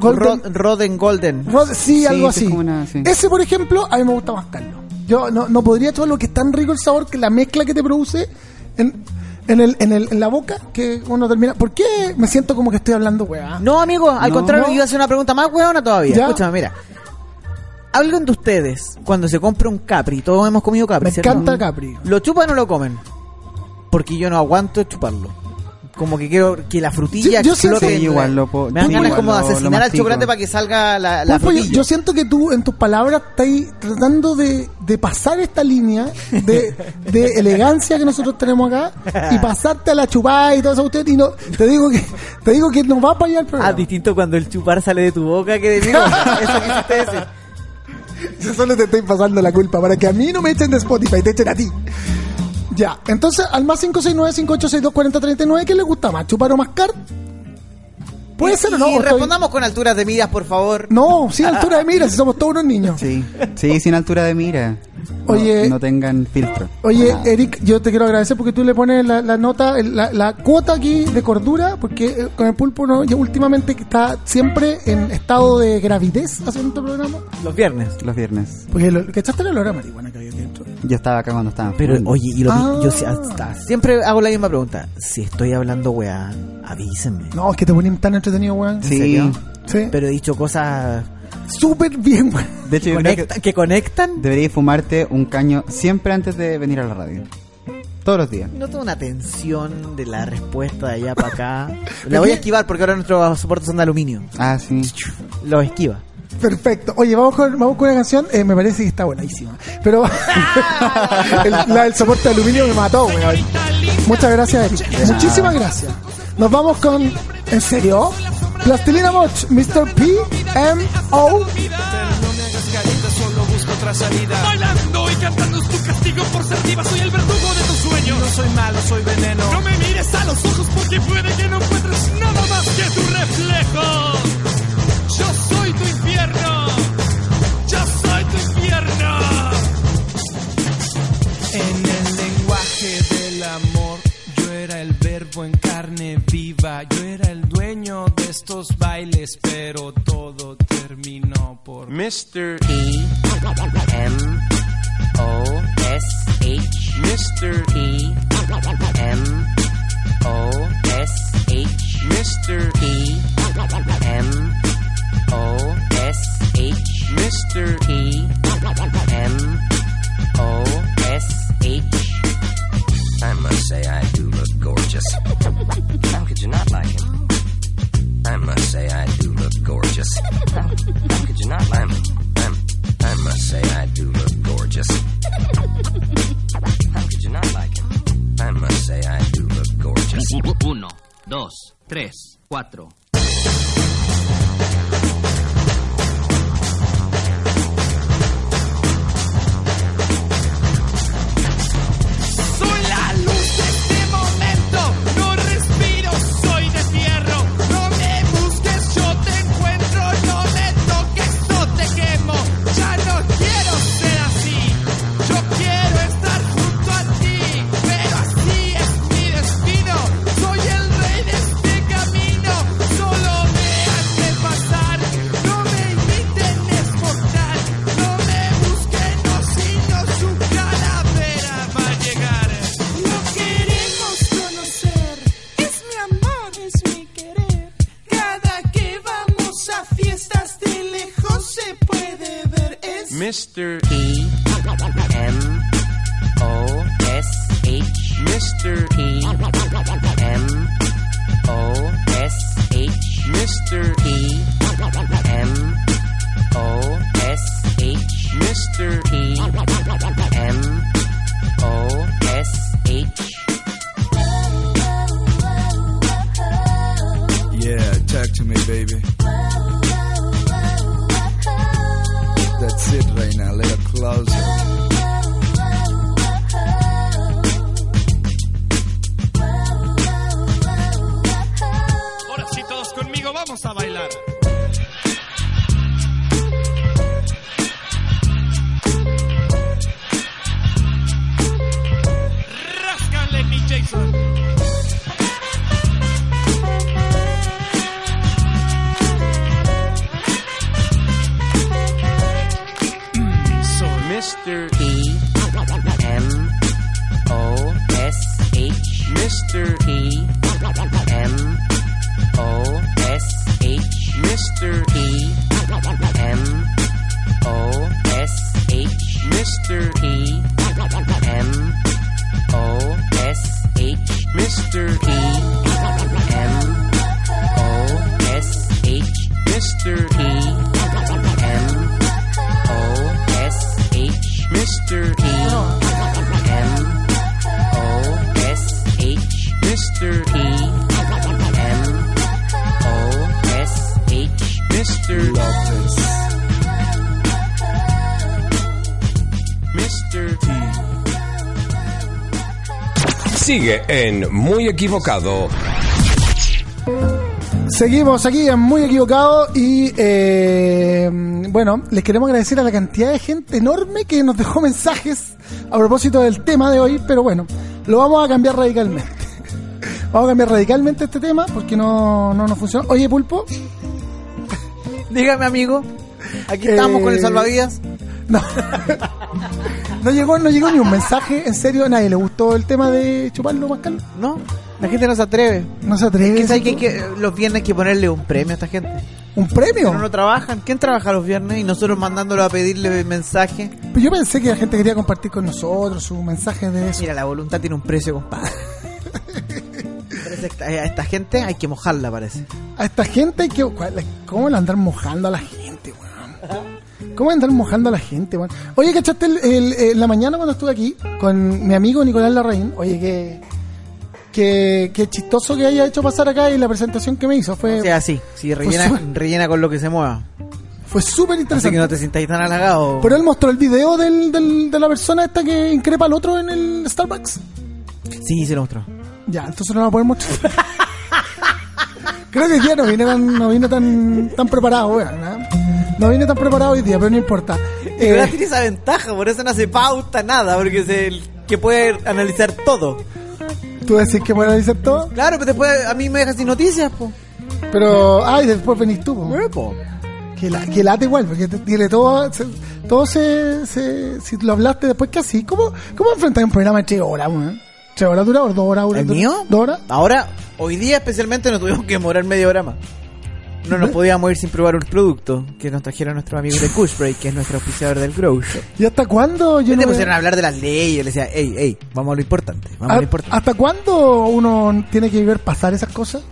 Speaker 1: Golden-
Speaker 2: Ro- Roden Golden.
Speaker 1: Rod- sí,
Speaker 3: Sí,
Speaker 1: algo
Speaker 3: es
Speaker 2: este
Speaker 1: así.
Speaker 3: como una- sí.
Speaker 1: Ese, por ejemplo, a mí me gusta más Carlos. Yo no, no podría lo que es tan rico el sabor que la mezcla que te produce en, en, el, en, el- en la boca que uno termina. ¿Por qué me siento como que estoy hablando, weá?
Speaker 2: No, amigo, al
Speaker 3: No.
Speaker 2: contrario,
Speaker 1: No.
Speaker 2: yo iba a hacer una pregunta más huevona todavía.
Speaker 1: Ya.
Speaker 2: Escúchame, mira. Alguien de ustedes, cuando se compra un Capri, todos hemos comido Capri,
Speaker 1: me
Speaker 2: ¿cierto?
Speaker 1: encanta Capri.
Speaker 2: ¿Lo chupan o lo comen? Porque yo no aguanto chuparlo. Como que quiero que la frutilla
Speaker 1: Yo- yo siento-
Speaker 2: explote.
Speaker 1: Sí,
Speaker 3: igual lo po-
Speaker 2: Me dan
Speaker 1: sí,
Speaker 2: ganas
Speaker 1: igual
Speaker 2: como de
Speaker 3: lo- lo
Speaker 2: asesinar al
Speaker 3: mastico.
Speaker 2: chocolate para que salga la, la
Speaker 1: Pulpo, Pues, yo-
Speaker 2: frutilla.
Speaker 1: yo siento que tú en tus palabras estás tratando de, de pasar esta línea de,
Speaker 2: [laughs]
Speaker 1: de elegancia que nosotros tenemos acá y pasarte a la chupada y todo eso usted y no te digo que te digo que nos va para allá el
Speaker 2: Ah,
Speaker 1: programa.
Speaker 2: distinto cuando el chupar sale de tu boca
Speaker 1: [laughs]
Speaker 2: que de mí. Eso que ustedes dicen.
Speaker 1: Yo [laughs] solo te estoy pasando la culpa para que a mí no me echen de Spotify, te echen a ti. Ya, entonces al más 569-5862-4039, ¿qué le gusta más? ¿Chupar o mascar? Puede ser o no.
Speaker 2: Y
Speaker 1: estoy-
Speaker 2: respondamos con alturas de miras, por favor.
Speaker 1: No, sin altura de mira, si somos todos unos niños.
Speaker 3: Sí, sí, sin altura de mira. No-
Speaker 1: Oye.
Speaker 3: No, tengan filtro.
Speaker 1: Oye,
Speaker 3: Nada.
Speaker 1: Eric, yo te quiero agradecer porque tú le pones la, la nota, el- la, la cuota aquí de cordura, porque eh, con el pulpo no, yo últimamente que está siempre en estado de gravidez haciendo este programa.
Speaker 2: Los viernes.
Speaker 3: Los viernes.
Speaker 1: Porque lo, que echaste el olor a marihuana que había aquí dentro.
Speaker 3: Yo estaba acá cuando estaban.
Speaker 2: Pero,
Speaker 3: fumando.
Speaker 2: oye, y lo
Speaker 1: Ah.
Speaker 2: yo sí- hasta- siempre hago la misma pregunta. Si estoy hablando, weá, avísenme.
Speaker 1: No, es que te ponen tan entretenido, weón.
Speaker 3: Sí.
Speaker 2: serio?
Speaker 1: Sí.
Speaker 2: Pero he dicho cosas
Speaker 1: Súper bien, weón.
Speaker 3: De hecho, yo creo que
Speaker 2: conecta- que... conectan.
Speaker 3: deberías fumarte un caño siempre antes de venir a la radio. Todos los días.
Speaker 2: Noto una tensión de la respuesta de allá para acá. la voy a esquivar porque ahora nuestros soportes son de aluminio.
Speaker 3: Ah, sí.
Speaker 2: Los esquiva.
Speaker 1: Perfecto. Oye, vamos con, vamos con una canción. eh, me parece que está buenísima. Pero [laughs] el, la del soporte de aluminio me mató, weón. Muchas gracias, Eric. Muchísimas gracias. Nos vamos con. ¿En serio? Plastilina Moch, Mr. P. M. O.
Speaker 5: Bailando y cantando es tu castigo por ser diva Soy el verdugo de tus sueños No soy malo, soy veneno No me mires a los ojos porque puede que no encuentres nada más que tu reflejo Yo soy tu infierno Yo soy tu infierno En el lenguaje del amor yo era el verbo en carne viva, yo era el dueño de estos bailes, pero todo terminó por
Speaker 6: Mr.
Speaker 7: P M O S H
Speaker 6: Mr.
Speaker 7: P M O S H
Speaker 6: Mr.
Speaker 7: P M O S H
Speaker 6: Mr.
Speaker 7: P M O S H
Speaker 8: I must say I do look gorgeous. How could you not like him? I must say I do look gorgeous. How, how could you not like him? I'm, I must say I do look gorgeous. How could you not like him? I must say I do look gorgeous.
Speaker 9: Uno, dos, tres, cuatro.
Speaker 5: Soy la luz de este momento, no respiro, soy de fierro. No me busques, yo te encuentro, no me toques, no te quemo. Ya no quiero ser así, yo quiero estar junto a ti, pero así es mi destino. Soy el rey de este camino, solo me de pasar, no me inviten a esforzar, no me busquen, no sino su calavera va a llegar.
Speaker 10: Lo queremos conocer, es mi amor, es mi querer. Cada que vamos a fiestas de lejos se puede ver. Es
Speaker 6: Mr.
Speaker 7: P M O S H
Speaker 6: Mr.
Speaker 7: P M O S H
Speaker 6: Mr.
Speaker 7: P M O S H
Speaker 6: Mr.
Speaker 7: P M O S H
Speaker 6: to me, baby. That's it right now. Let her close it.
Speaker 5: Ahora sí, todos conmigo, vamos a bailar. Ráscale, mi Jason.
Speaker 7: So, Mr. P M O S H. Mr. P M O S H. Mr. P M O S H. Mr. P M O S H. Mr. P M O S H. Mr. P M O S H Mr. E M O S H Mr. E M O S H Mr. Lopez Mr. T
Speaker 11: Sigue en Muy Equivocado.
Speaker 1: Seguimos aquí en Muy Equivocado y eh, bueno, les queremos agradecer a la cantidad de gente enorme que nos dejó mensajes a propósito del tema de hoy, pero bueno, lo vamos a cambiar radicalmente. [laughs] Vamos a cambiar radicalmente este tema porque no, no nos funciona. Oye, Pulpo.
Speaker 7: E.
Speaker 2: Dígame, amigo. Aquí estamos con el salvavidas.
Speaker 1: No. eh, no llegó, no llegó ni un mensaje, en serio, a nadie le gustó el tema de chuparlo, Pascal.
Speaker 2: No, la gente no se atreve.
Speaker 1: No se atreve.
Speaker 2: Es que sabe que hay que- los viernes hay que ponerle un premio a esta gente.
Speaker 1: ¿Un
Speaker 2: Pero
Speaker 1: premio?
Speaker 2: no trabajan. ¿Quién trabaja los viernes? Y nosotros mandándolo a pedirle mensaje.
Speaker 1: Pues yo pensé que la gente quería compartir con nosotros su mensaje de eso.
Speaker 2: Mira, la voluntad tiene un precio, [laughs] compadre. Parece que a esta gente hay que mojarla, parece.
Speaker 1: A esta gente hay que. ¿cuál- ¿Cómo le andar mojando a la gente, weón? ¿Cómo andar mojando a la gente, weón? Oye, ¿cachaste el, el- el- la mañana cuando estuve aquí con mi amigo Nicolás Larraín? Oye, qué, qué, qué chistoso que haya hecho pasar acá y la presentación que me hizo. Fue
Speaker 2: O sea, sí, sí, rellena,
Speaker 1: súper-
Speaker 2: rellena con lo que se mueva.
Speaker 1: fue súper
Speaker 2: Así que
Speaker 1: interesante.
Speaker 2: no te sintáis tan halagado.
Speaker 1: Pero él mostró el video del, del- de la persona esta que increpa al otro en el Starbucks.
Speaker 2: Sí, se lo mostró.
Speaker 1: Ya, entonces no lo podemos mostrar. Creo que hoy día no vine tan, no vine tan, tan preparado, weón. ¿eh? No vine tan preparado hoy día, pero no importa.
Speaker 2: Pero
Speaker 1: Eh,
Speaker 2: tiene esa ventaja, por eso no hace pauta nada, porque es el que puede analizar todo.
Speaker 1: Tú decís que me lo dices todo,
Speaker 2: Claro, pero después a mí me dejas sin noticias, po.
Speaker 1: pero. Ay, después venís tú. po.
Speaker 2: Eh, po.
Speaker 1: Que, la, que late igual, porque te- tiene todo. se- todo se, se- Si lo hablaste después, ¿qué así? ¿Cómo, cómo enfrentar un programa de tres horas, weón? ¿Tres horas dura o dos horas dura?
Speaker 2: ¿El
Speaker 1: ¿Dos-
Speaker 2: mío?
Speaker 1: ¿Dos horas?
Speaker 2: Ahora, hoy día especialmente nos tuvimos que demorar media hora más. No nos podíamos ir sin probar un producto que nos trajeron nuestros amigos de Kush Break, que es nuestro auspiciador del Grow Shop.
Speaker 1: ¿Y hasta cuándo? Yo
Speaker 2: Yo
Speaker 1: no
Speaker 2: te
Speaker 1: me-
Speaker 2: pusieron a hablar de las leyes, yo le decía, hey, hey, vamos a lo importante, vamos a lo
Speaker 1: ¿A-
Speaker 2: importante.
Speaker 1: Ah, ¿Hasta cuándo uno tiene que ver pasar esas cosas?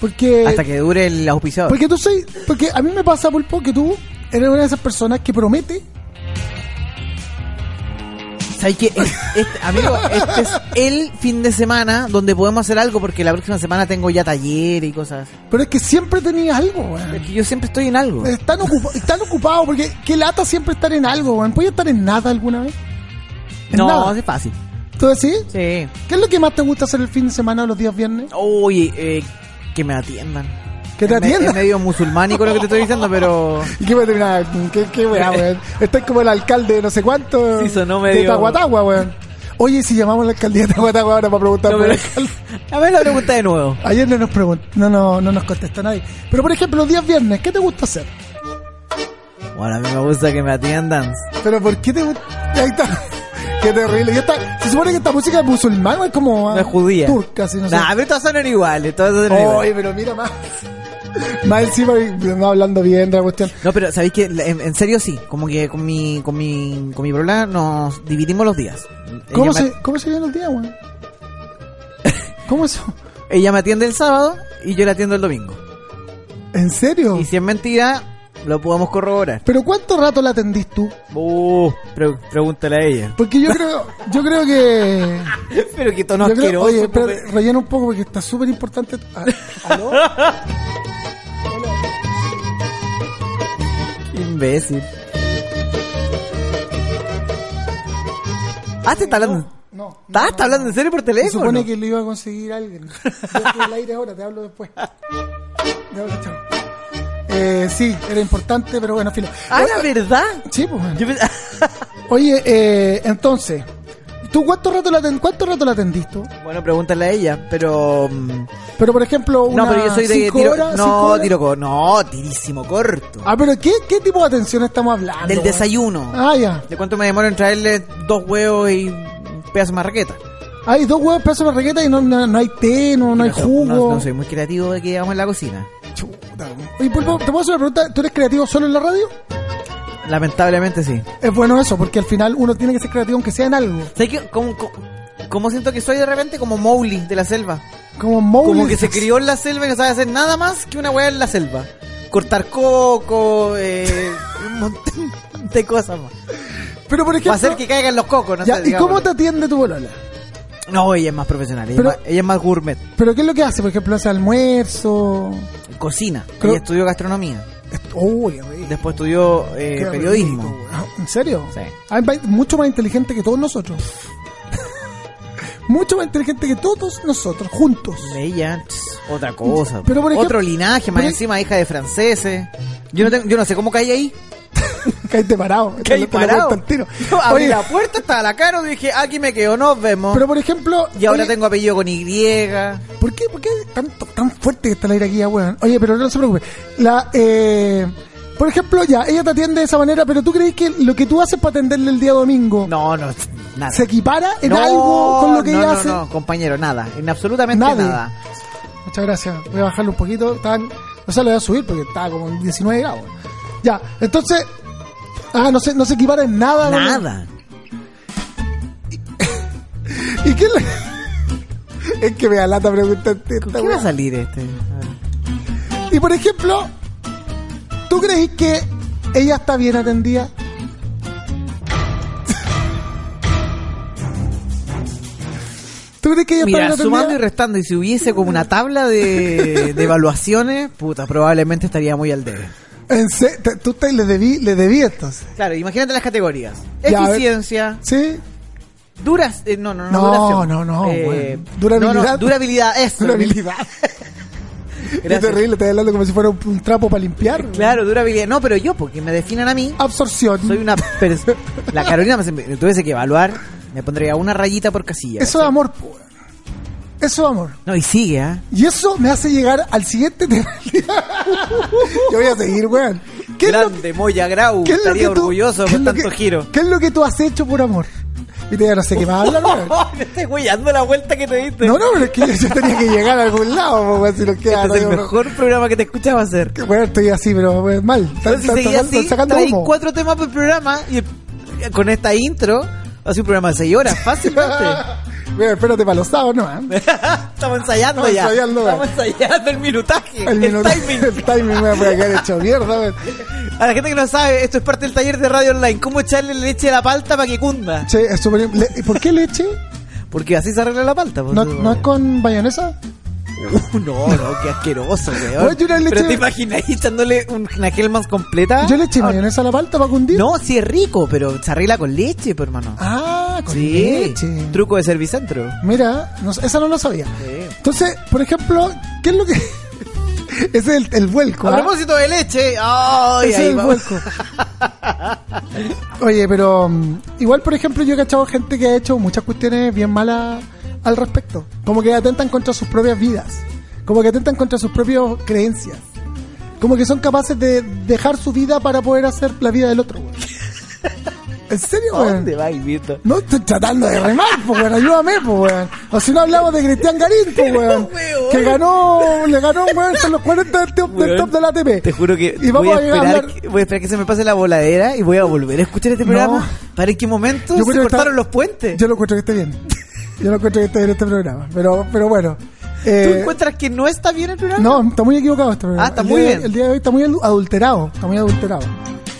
Speaker 1: Porque.
Speaker 2: Hasta que dure el auspiciador.
Speaker 1: Porque tú soy, porque a mí me pasa, Pulpo, que tú eres una de esas personas que promete.
Speaker 2: ¿Sabes qué? Es- es- amigo, este es el fin de semana donde podemos hacer algo porque la próxima semana tengo ya taller y cosas.
Speaker 1: Pero es que siempre tenías algo,
Speaker 2: Es
Speaker 1: weón.
Speaker 2: que yo siempre estoy en algo.
Speaker 1: Están, ocupa- están ocupados, porque qué lata siempre estar en algo, weón. ¿Puedes estar en nada alguna vez? En
Speaker 2: No,
Speaker 1: nada.
Speaker 2: es fácil.
Speaker 1: ¿Tú decís?
Speaker 2: Sí.
Speaker 1: ¿Qué es lo que más te gusta hacer el fin de semana o los días viernes?
Speaker 2: Oye, eh, que me atiendan.
Speaker 1: Que te
Speaker 2: Es me-
Speaker 1: atiendan.
Speaker 2: Es medio musulmánico lo que te estoy diciendo, pero...
Speaker 1: [laughs] ¿Y qué me termina? ¿Qué, qué
Speaker 2: [laughs]
Speaker 1: weá, weón? Estás como el alcalde de no sé cuánto.
Speaker 2: Sí, sonó
Speaker 1: De
Speaker 2: medio-
Speaker 1: Tahuatahua, weón. Oye, si llamamos a la alcaldía de Tahuatahua ahora para preguntar
Speaker 2: No,
Speaker 1: por
Speaker 2: pero-
Speaker 1: el alcalde.
Speaker 2: [laughs] A ver la pregunta de nuevo.
Speaker 1: Ayer no nos preguntó, no, no, no nos contestó nadie. Pero por ejemplo, los días viernes, ¿qué te gusta hacer?
Speaker 2: Bueno, a mí me gusta que me atiendan.
Speaker 1: Pero ¿por qué te gusta? Ahí está. [laughs] Qué terrible. Y esta- se supone que esta música es musulmana, es como ah,
Speaker 2: No es judía.
Speaker 1: turca, si no sé.
Speaker 2: Nah, pero todas son iguales, todas son iguales.
Speaker 1: Oye, pero mira más. [laughs] Más encima no hablando bien de la cuestión.
Speaker 2: No, pero sabéis que en, en serio sí, como que con mi con mi con mi problema nos dividimos los días.
Speaker 1: ¿Cómo
Speaker 2: ella,
Speaker 1: se, ¿Cómo se viene el día,
Speaker 2: [laughs]
Speaker 1: weón? ¿Cómo eso?
Speaker 2: me, ella me atiende el sábado y yo la atiendo el domingo.
Speaker 1: ¿En serio?
Speaker 2: Y si es mentira, lo podemos corroborar.
Speaker 1: ¿Pero cuánto rato la atendís tú?
Speaker 2: Uh, pre- pregúntale a ella.
Speaker 1: Porque yo creo, yo creo que.
Speaker 2: [laughs] pero que tono
Speaker 1: yo creo-
Speaker 2: asqueroso.
Speaker 1: oye,
Speaker 2: pues, [laughs]
Speaker 1: espera, rellena un poco porque está súper importante. Ah, ¿Aló?
Speaker 2: Imbécil. Ah, te está hablando.
Speaker 1: No.
Speaker 2: ¿Estás está hablando en serio por
Speaker 1: Se
Speaker 2: teléfono?
Speaker 1: supone que lo iba a conseguir alguien. Yo estoy al aire ahora, te hablo
Speaker 2: [laughs]
Speaker 1: después. Te hablo, chao. Eh, sí, era importante, pero bueno, filo.
Speaker 2: Ah, la verdad.
Speaker 1: Sí, pues bueno. Oye, eh, entonces, ¿tú cuánto rato la, ten- cuánto rato la atendiste?
Speaker 2: [laughs] Bueno, pregúntale a ella, pero. mm,
Speaker 1: Pero por ejemplo, una
Speaker 2: no, pero yo soy de
Speaker 1: cinco
Speaker 2: tiro.
Speaker 1: horas, cinco
Speaker 2: no,
Speaker 1: horas.
Speaker 2: tiro corto. No, tirísimo corto.
Speaker 1: Ah, pero ¿qué, ¿qué tipo de atención estamos hablando?
Speaker 2: Del
Speaker 1: weón?
Speaker 2: desayuno.
Speaker 1: Ah, ya.
Speaker 2: ¿De cuánto me demoro en traerle dos huevos y un pedazo de marraqueta?
Speaker 1: Hay dos huevos, pesos de marraqueta y no, no, no hay té, no, no hay jugo.
Speaker 2: No, no soy muy creativo de que digamos en la cocina.
Speaker 1: Oye, Pulpo, ¿te puedo hacer una pregunta? ¿Tú eres creativo solo en la radio?
Speaker 2: Lamentablemente sí.
Speaker 1: Es bueno eso, porque al final uno tiene que ser creativo aunque sea en algo.
Speaker 2: ¿Sabes qué? Como, como- como siento que soy de repente como Mowgli de la selva.
Speaker 1: Como Mowgli.
Speaker 2: Como que se crió en la selva y no sabe hacer nada más que una hueá en la selva. Cortar coco, eh, un montón de cosas más.
Speaker 1: Pero por ejemplo-
Speaker 2: Va a hacer que caigan los cocos, no
Speaker 1: Ya,
Speaker 2: sé,
Speaker 1: ¿Y cómo
Speaker 2: digámoslo.
Speaker 1: te atiende tu bolola?
Speaker 2: No, ella es más profesional, ella,
Speaker 1: Pero-
Speaker 2: es, más, ella es más gourmet.
Speaker 1: ¿Pero qué es lo que hace? Por ejemplo, hace almuerzo.
Speaker 2: Cocina.
Speaker 1: Creo-
Speaker 2: Ella estudió gastronomía.
Speaker 1: Uy,
Speaker 2: Después estudió eh,
Speaker 1: Qué
Speaker 2: periodismo.
Speaker 1: rico, ¿En serio?
Speaker 2: Sí.
Speaker 1: Ah, va- mucho más inteligente que todos nosotros. [laughs] mucho más inteligente que todos nosotros, juntos.
Speaker 2: Ella, tss, otra cosa.
Speaker 1: Pero por ejemplo-
Speaker 2: Otro linaje, más encima hija de franceses. Yo no, tengo- yo no sé cómo caí ahí.
Speaker 1: Caíste parado. Te
Speaker 2: Caí
Speaker 1: lo- te lo
Speaker 2: parado.
Speaker 1: cuento al tiro.
Speaker 2: [laughs] Yo abrí
Speaker 1: Oye,
Speaker 2: la puerta, estaba la cara, dije, aquí me quedo, nos vemos.
Speaker 1: Pero por ejemplo...
Speaker 2: y ahora
Speaker 1: oye,
Speaker 2: tengo apellido con Y.
Speaker 1: ¿Por qué, por qué tanto, tan fuerte que está el aire aquí, ya, weón? Oye, pero no se preocupe. La, eh, por ejemplo, ya, ella te atiende de esa manera, pero ¿tú crees que lo que tú haces para atenderle el día domingo
Speaker 2: No, no, nada.
Speaker 1: se equipara en
Speaker 2: No,
Speaker 1: algo con lo que
Speaker 2: no,
Speaker 1: ella
Speaker 2: no,
Speaker 1: hace?
Speaker 2: No, compañero, nada. En absolutamente
Speaker 1: Nadie.
Speaker 2: nada.
Speaker 1: Muchas gracias. Voy a bajarlo un poquito. Estaban, o sea, lo voy a subir porque estaba como en 19 grados. Ya, entonces. Ah, no se, no se equipara en nada. ¿no?
Speaker 2: Nada.
Speaker 1: ¿Y qué le.? [laughs] es que me da lata preguntarte esta
Speaker 2: ¿Qué va
Speaker 1: weá.
Speaker 2: a salir este?
Speaker 1: Y por ejemplo, ¿tú crees que ella está bien atendida? [laughs] ¿Tú crees que ella está bien
Speaker 2: Mira,
Speaker 1: atendida?
Speaker 2: sumando y restando, y si hubiese como una tabla de, de evaluaciones, puta, probablemente estaría muy al debe.
Speaker 1: En se- te- tú te- le debí, le debí entonces.
Speaker 2: Claro, imagínate las categorías.
Speaker 1: Ya, a ver.
Speaker 2: Eficiencia,
Speaker 1: ¿Sí?
Speaker 2: duras, eh, no, no, no,
Speaker 1: No,
Speaker 2: duración.
Speaker 1: no, no,
Speaker 2: Eh,
Speaker 1: bueno.
Speaker 2: no,
Speaker 1: Durabilidad.
Speaker 2: no, durabilidad, eso.
Speaker 1: Durabilidad.
Speaker 2: [laughs]
Speaker 1: Es
Speaker 2: Gracias.
Speaker 1: terrible, estás hablando como si fuera un, un trapo para limpiar.
Speaker 2: Claro, durabilidad. No, pero yo, porque me definan a mí,
Speaker 1: Absorción.
Speaker 2: soy una
Speaker 1: [laughs]
Speaker 2: persona. La Carolina me me tuviese que evaluar, me pondría una rayita por casilla.
Speaker 1: Eso es amor, po. Eso es amor.
Speaker 2: No, y sigue, ¿ah?
Speaker 1: Y eso me hace llegar al siguiente [laughs] tema. Yo voy a seguir, weón. ¿Qué es lo
Speaker 2: Grande, Moya Grau,
Speaker 1: ¿Qué es lo
Speaker 2: estaría
Speaker 1: que tú-
Speaker 2: orgulloso
Speaker 1: qué
Speaker 2: por
Speaker 1: es lo que-
Speaker 2: tanto
Speaker 1: [laughs]
Speaker 2: giro.
Speaker 1: ¿Qué es lo que tú has hecho por amor? Y te digo, no sé qué
Speaker 2: [laughs]
Speaker 1: más hablar, weón.
Speaker 2: me estoy huellando este la vuelta que te diste.
Speaker 1: No, no, pero es que yo, yo tenía que llegar a algún lado, po, weón, si nos queda.
Speaker 2: Este es el
Speaker 1: todavía uno-
Speaker 2: mejor programa que te escuchaba hacer.
Speaker 1: Weón, estoy así, pero weón, mal. Están,
Speaker 2: Entonces,
Speaker 1: están
Speaker 2: si seguís
Speaker 1: sacando,
Speaker 2: así,
Speaker 1: están sacando
Speaker 2: traí
Speaker 1: humo.
Speaker 2: cuatro temas por programa y eh, con esta intro hace un programa de seis horas,
Speaker 1: [laughs]
Speaker 2: fácilmente. [laughs]
Speaker 1: Weón, espérate para los sábados, ¿no? ah?
Speaker 2: Estamos ensayando
Speaker 1: Estamos
Speaker 2: ya.
Speaker 1: ensayando,
Speaker 2: Estamos ensayando el minutaje, [laughs] el,
Speaker 1: El, minuto-
Speaker 2: timing.
Speaker 1: El timing, weón, para quedar hecho mierda, weón.
Speaker 2: A la gente que no sabe, esto es parte del taller de radio online. ¿Cómo echarle leche a la palta para que cunda?
Speaker 1: Che, es súper- le- ¿Por qué leche?
Speaker 2: Porque así se arregla la palta. pues.
Speaker 1: ¿No, ¿No es con bayonesa?
Speaker 2: Uh, no, no, qué asqueroso,
Speaker 1: Oye,
Speaker 2: weón.
Speaker 1: yo una leche-
Speaker 2: Pero te imagináis echándole un- una gel más completa.
Speaker 1: Yo le eché mayonesa a la palta para cundir.
Speaker 2: Ah. No, sí es rico, pero se arregla con leche, pues, hermano.
Speaker 1: Ah, con
Speaker 2: sí.
Speaker 1: leche.
Speaker 2: Truco de Servicentro.
Speaker 1: Mira, no sé, esa no la sabía.
Speaker 2: Sí.
Speaker 1: Entonces, por ejemplo, ¿qué es lo que.? [laughs] Ese es el, el vuelco.
Speaker 2: A
Speaker 1: ¿ah?
Speaker 2: propósito de leche, ay,
Speaker 1: Ese
Speaker 2: ahí
Speaker 1: es el
Speaker 2: va. [laughs]
Speaker 1: vuelco. Oye, pero. mm, igual, por ejemplo, yo he cachado gente que ha hecho muchas cuestiones bien malas al respecto. Como que atentan contra sus propias vidas. Como que atentan contra sus propias creencias. Como que son capaces de dejar su vida para poder hacer la vida del otro,
Speaker 2: [laughs]
Speaker 1: güey. ¿En serio,
Speaker 2: ¿A
Speaker 1: güey?
Speaker 2: ¿Dónde va, Vito?
Speaker 1: No estoy tratando de remar, pues, weón. Ayúdame, pues, weón. O si no hablamos de Cristian Garín,
Speaker 2: [laughs]
Speaker 1: pues, weón.
Speaker 2: weón.
Speaker 1: Que ganó, le ganó, weón, son los 40 del top, del
Speaker 2: Weón,
Speaker 1: top de la ATP.
Speaker 2: Te juro que
Speaker 1: Y
Speaker 2: voy,
Speaker 1: vamos
Speaker 2: a
Speaker 1: a llegar a
Speaker 2: esperar,
Speaker 1: hablar-
Speaker 2: que- voy a esperar que se me pase la voladera y voy a volver a escuchar este programa para ver qué momento
Speaker 1: Yo creo
Speaker 2: se
Speaker 1: que
Speaker 2: cortaron
Speaker 1: está-
Speaker 2: los puentes.
Speaker 1: Yo lo encuentro que esté bien. Yo lo encuentro que esté bien este programa. Pero, pero bueno.
Speaker 2: ¿Tú
Speaker 1: Eh,
Speaker 2: encuentras que no está bien el programa?
Speaker 1: no, está muy equivocado este programa.
Speaker 2: Ah, está
Speaker 1: El
Speaker 2: muy
Speaker 1: día de-
Speaker 2: bien.
Speaker 1: El día de hoy está muy adulterado. Está muy adulterado.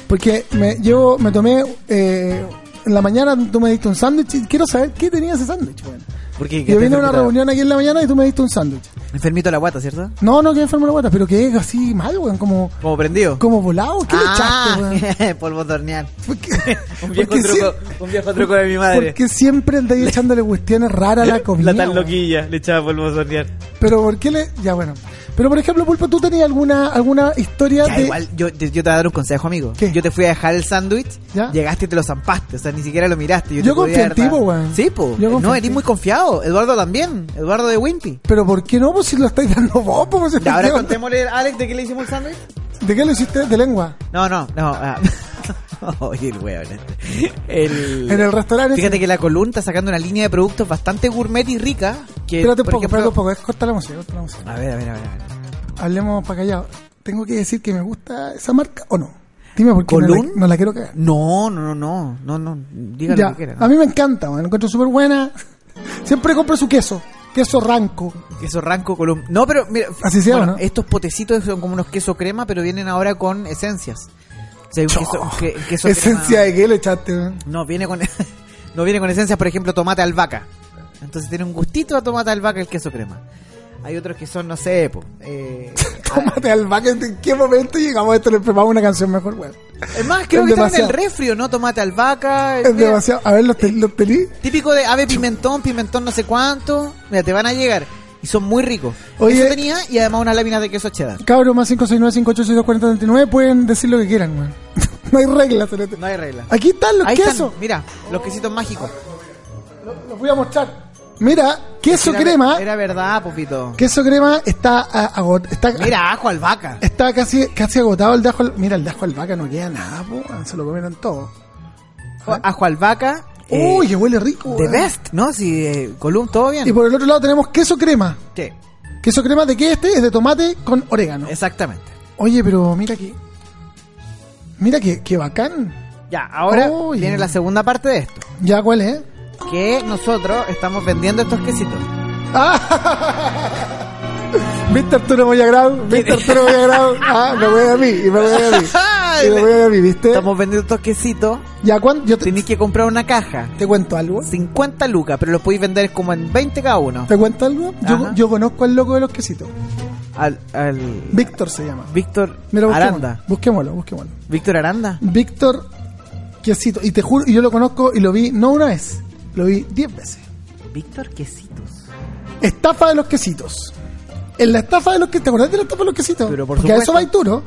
Speaker 1: Porque me, yo me tomé. Eh, en la mañana tú me diste un sándwich y quiero saber qué tenía ese sándwich, weón.
Speaker 2: Porque
Speaker 1: Yo vine a una reunión aquí en la mañana y tú me diste un sándwich.
Speaker 2: Enfermito la guata, ¿cierto?
Speaker 1: No, no, que enfermo la guata, pero que es así mal, weón, como,
Speaker 2: Como prendido.
Speaker 1: como volado. ¿Qué
Speaker 2: Ah.
Speaker 1: le echaste, weón?
Speaker 2: [laughs]
Speaker 1: [laughs]
Speaker 2: polvo de hornear. un, viejo
Speaker 1: Porque
Speaker 2: truco, un viejo truco de mi madre.
Speaker 1: Porque siempre andáis echándole cuestiones raras a la comida.
Speaker 2: [laughs] La tan
Speaker 1: weón.
Speaker 2: loquilla le echaba polvo de hornear.
Speaker 1: Pero ¿por qué le...? Ya, bueno. Pero, por ejemplo, Pulpo, ¿tú tenías alguna, alguna historia
Speaker 2: Ya,
Speaker 1: de...?
Speaker 2: igual, yo, yo te voy a dar un consejo, amigo. Yo te fui a dejar el sándwich, llegaste y te lo zampaste, o sea, ni siquiera lo miraste. Yo,
Speaker 1: Yo
Speaker 2: te podía
Speaker 1: confié en
Speaker 2: haber
Speaker 1: ti,
Speaker 2: dado-
Speaker 1: po, weón.
Speaker 2: Sí, po.
Speaker 1: Yo confié en
Speaker 2: no, eres
Speaker 1: ti.
Speaker 2: muy confiado. Eduardo también. Eduardo de Wimpy.
Speaker 1: Pero ¿por qué no? Pues si lo estáis dando vos, pues, si
Speaker 2: Ya, ahora
Speaker 1: te-
Speaker 2: contémosle, Alex, ¿de qué le hicimos el sándwich?
Speaker 1: ¿De qué lo hiciste? ¿De lengua?
Speaker 2: No, no, no. ah. [laughs] Oye, el weón. este. El...
Speaker 1: En el restaurante
Speaker 2: Fíjate que la Column está sacando una línea de productos bastante gourmet y rica. Que,
Speaker 1: Espérate un
Speaker 2: por
Speaker 1: poco,
Speaker 2: ejemplo-
Speaker 1: espérate un poco. Es corta la música, corta la música.
Speaker 2: A ver, a ver, a ver. a ver.
Speaker 1: Hablemos para callado. ¿Tengo que decir que me gusta esa marca o no? Dime por qué no la,
Speaker 2: ¿Column?
Speaker 1: no la quiero cagar.
Speaker 2: No, no, no, no. No, no. Dígalo
Speaker 1: Eh. Ya,
Speaker 2: lo que quiera.
Speaker 1: A mí me encanta, weón. La encuentro súper buena. [laughs] Siempre compro su queso. Queso ranco.
Speaker 2: Queso ranco Colum. No, pero mira,
Speaker 1: Así se llama, ¿no?
Speaker 2: estos potecitos son como unos queso crema, pero vienen ahora con esencias. O sea, hay un queso, que- queso
Speaker 1: Esencia
Speaker 2: crema- Ah.
Speaker 1: de qué le echaste, weón.
Speaker 2: No, viene con [laughs] no viene con esencias, por ejemplo, tomate albahaca. Entonces tiene un gustito a tomate albahaca el queso crema. Hay otros que son, no sé, po,
Speaker 1: [laughs]
Speaker 2: eh,
Speaker 1: Tómate al baque. ¿En qué momento llegamos a esto? Le preparamos una canción mejor, weón.
Speaker 2: es más, creo
Speaker 1: Es
Speaker 2: que están en el
Speaker 1: demasiado.
Speaker 2: refri, ¿o ¿no? Tomate albahaca. eh,
Speaker 1: Es
Speaker 2: mira,
Speaker 1: demasiado. A ver, los, te- los tení.
Speaker 2: Típico de ave pimentón, pimentón no sé cuánto. Mira, te van a llegar. Y son muy ricos.
Speaker 1: Oye.
Speaker 2: Eso tenía y además unas láminas de queso cheddar.
Speaker 1: Cabros más 569-5862-4039 pueden decir lo que quieran, weón. [laughs] No hay reglas. celeste.
Speaker 2: No hay regla.
Speaker 1: Aquí están los
Speaker 2: Ahí están,
Speaker 1: quesos.
Speaker 2: mira, los quesitos mágicos.
Speaker 1: Los voy a mostrar. Mira, queso
Speaker 2: Era-
Speaker 1: crema.
Speaker 2: Era verdad, Popito.
Speaker 1: Queso crema está a- agot- está,
Speaker 2: Mira, ajo,
Speaker 1: [laughs]
Speaker 2: albahaca.
Speaker 1: está casi, casi agotado el de ajo al- Mira, el de ajo albahaca no queda nada, po. Se lo comieron todo.
Speaker 2: Ajo, albahaca. eh,
Speaker 1: Uy, que huele rico.
Speaker 2: The
Speaker 1: weón.
Speaker 2: best, ¿no? Si eh, Colum, todo bien.
Speaker 1: Y por el otro lado tenemos queso crema.
Speaker 2: Sí,
Speaker 1: ¿Queso crema de qué este? Es de tomate con orégano.
Speaker 2: exactamente.
Speaker 1: Oye, pero mira aquí. Mira que, que bacán.
Speaker 2: Ya, ahora
Speaker 1: Oy.
Speaker 2: viene la segunda parte de esto.
Speaker 1: Ya, ¿cuál es? [laughs]
Speaker 2: Que nosotros estamos vendiendo estos quesitos.
Speaker 1: Eh. Ah. Viste Arturo Moyagrau, viste Arturo Moyagrau. Ah, me voy a mí, y me voy
Speaker 2: [laughs]
Speaker 1: a mí. Y me voy a mí, ¿viste?
Speaker 2: Estamos vendiendo estos quesitos.
Speaker 1: Ya, ¿cuánto? Yo te,
Speaker 2: Tenéis que comprar una caja.
Speaker 1: te cuento algo.
Speaker 2: 50 lucas, pero los podéis vender como en 20 cada uno.
Speaker 1: ¿Te cuento algo? Yo,
Speaker 2: Ajá.
Speaker 1: yo conozco al loco de los quesitos.
Speaker 2: Al, al
Speaker 1: Víctor se llama.
Speaker 2: Víctor
Speaker 1: Mira, busquémoslo,
Speaker 2: Aranda.
Speaker 1: Busquémoslo, busquémoslo.
Speaker 2: Víctor Aranda.
Speaker 1: Víctor Quesito. Y te juro, y yo lo conozco y lo vi no una vez, lo vi diez veces.
Speaker 2: Víctor Quesitos.
Speaker 1: Estafa de los quesitos. En la estafa de los quesitos. ¿Te acordás de la estafa de los quesitos?
Speaker 2: Pero por
Speaker 1: Porque a eso
Speaker 2: supuesto.
Speaker 1: va
Speaker 2: [laughs]
Speaker 1: Arturo.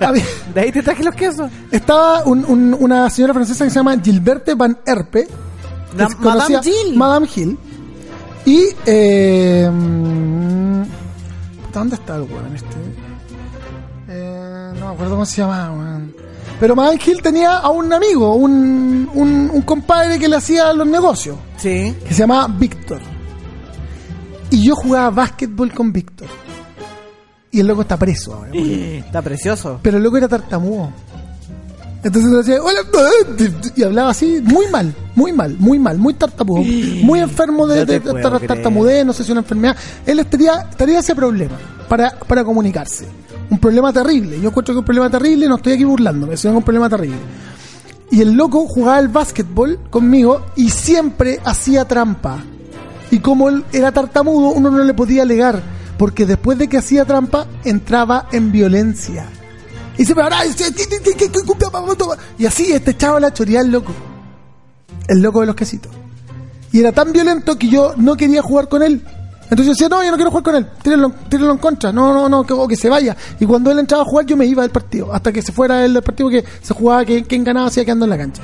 Speaker 1: Había-
Speaker 2: De ahí te traje los quesos.
Speaker 1: Estaba un- un- una señora francesa que se llama Gilberte Van Herpe. que
Speaker 2: La-
Speaker 1: se
Speaker 2: Madame
Speaker 1: conocía-
Speaker 2: Jill.
Speaker 1: Madame Gil. Y. Eh, mm, puta, ¿Dónde está el weón este? Eh, no me acuerdo cómo se llamaba, weón. Pero Madame Gil tenía a un amigo, un, un, un compadre que le hacía los negocios,
Speaker 2: Sí.
Speaker 1: que se llamaba Víctor. Y yo jugaba básquetbol con Víctor. Y el loco está preso ahora.
Speaker 2: Está precioso.
Speaker 1: Pero el loco era tartamudo. Entonces le decía, hola, [laughs] y hablaba así, muy mal, muy mal, muy mal, muy tartamudo, muy enfermo de,
Speaker 2: No te
Speaker 1: de
Speaker 2: puedo
Speaker 1: tar-
Speaker 2: creer.
Speaker 1: tartamudez, no sé si una enfermedad. Él estaría, estaría ese problema para, para comunicarse. Un problema terrible. Yo encuentro que es un problema terrible, no estoy aquí burlándome, sino que es un problema terrible. Y el loco jugaba al básquetbol conmigo y siempre hacía trampa. Y como él era tartamudo, uno no le podía alegar, porque después de que hacía trampa, entraba en violencia. Y siempre ahora y así este echaba la choría el loco. El loco de los quesitos. Y era tan violento que yo no quería jugar con él. Entonces yo decía, no, yo no quiero jugar con él, tírenlo, tírenlo en contra, no, no, no, que, o que se vaya. Y cuando él entraba a jugar, yo me iba del partido, hasta que se fuera él del partido que se jugaba, que quien ganaba se iba quedando en la cancha.